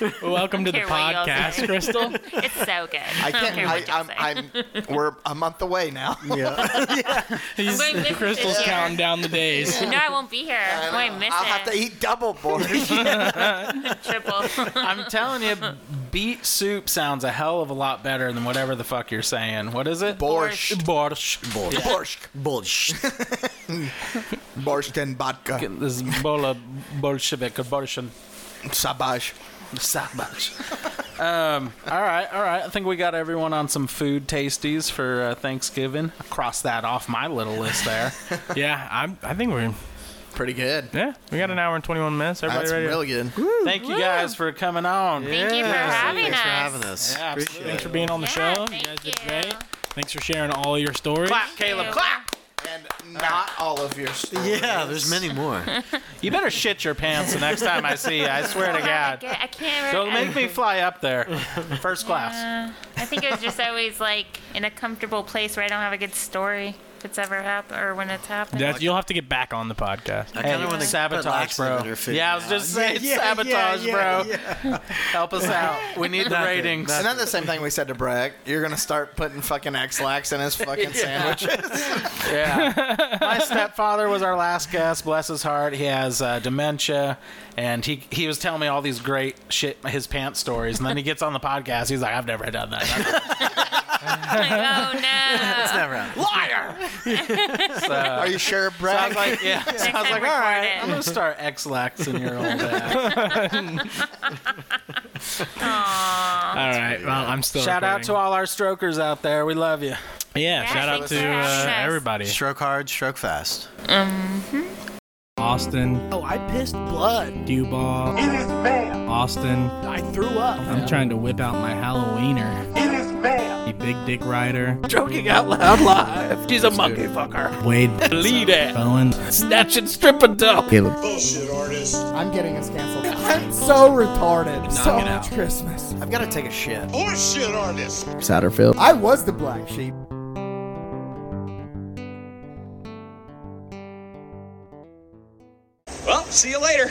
D: good.
A: Welcome to the
D: Here, what y'all
A: podcast,
D: say.
A: Crystal.
D: It's so good.
E: I
D: don't
E: can't.
D: care
E: I,
D: what y'all
E: I'm,
D: say.
E: I'm. We're a month away now.
D: I'm going to miss it
A: Crystal's
D: this year.
A: counting down the days.
D: No, I won't be here. I'm going to miss
E: I'll
D: it.
E: have to eat double borscht.
D: Triple.
C: I'm telling you, beet soup sounds a hell of a lot better than whatever the fuck you're saying. What is it?
E: Borscht.
C: Borscht. Borscht.
E: Borscht.
B: Bullshit.
E: Borscht and vodka.
C: This bola Bolshevik or Borscht.
E: Sabaj.
C: Sabach. um, all right, all right. I think we got everyone on some food tasties for uh, Thanksgiving. I crossed that off my little list there.
A: Yeah, I'm, I think we're
E: Pretty good.
A: yeah. We got an hour and 21 minutes. Everybody
E: That's
A: ready?
E: really good.
C: Thank you guys for coming on.
D: Thank you for having
B: Thanks
D: us.
B: for having us.
C: Yeah, absolutely.
A: Thanks for being on the
D: Yeah,
A: show.
D: thank
A: you guys did
D: you.
A: great. Thanks for sharing all your stories.
C: Clap, Caleb. Clap.
E: And not all of your stories.
B: Yeah, there's many more.
C: You better shit your pants the next time I see you. I swear to
D: I
C: God.
D: get- Oh I can't
C: Don't
D: remember. Uh,
C: make me fly up there. First class.
D: I think it was just always like in a comfortable place where I don't have a good story if it's ever happened or when it's happened.
A: That's, you'll have to get back on the podcast.
B: I
C: Hey,
B: kind of want to
C: sabotage, bro. Yeah, I was just saying,
B: yeah,
C: sabotage,
B: yeah,
C: bro. Help us out. We need the ratings.
E: Isn't that the same thing we said to Bragg? You're gonna start putting fucking X-Lax in his fucking sandwich.
C: Yeah. My stepfather was our last guest. Bless his heart. He has uh, dementia, and he he was telling me all these great shit his pants stories. And then he gets on the podcast. He's like, "I've never done that."
D: Like, oh no.
B: It's never happened.
C: Liar.
E: Are you sure,
C: So I
E: Bragg?
C: was like, "Yeah." So I was
D: time
C: like,
D: record
C: "All right,
D: it."
C: I'm gonna start X-laxing your old ass."
A: all right. Well, I'm still.
C: Shout out to all our strokers out there. We love you.
A: Yeah.
D: Yeah,
A: shout out
D: thanks for
A: to uh,
D: having us.
A: everybody.
B: Stroke hard, stroke fast.
A: Austin,
H: Oh, I pissed blood.
A: Dubaugh,
F: It is bad.
A: Austin.
H: I threw up.
A: I'm trying to whip out my Halloweener.
F: It is bad.
A: You big dick rider.
H: Joking out loud live. She's a monkey fucker.
A: Wade.
H: Lead it.
A: Bowen.
H: Snatch and strip and dope.
I: I'm getting us canceled. I'm so retarded. so
A: it
I: much
A: out.
I: Christmas.
E: I've got to take a shit.
I: Satterfield. I was the black sheep.
J: Well, see you later.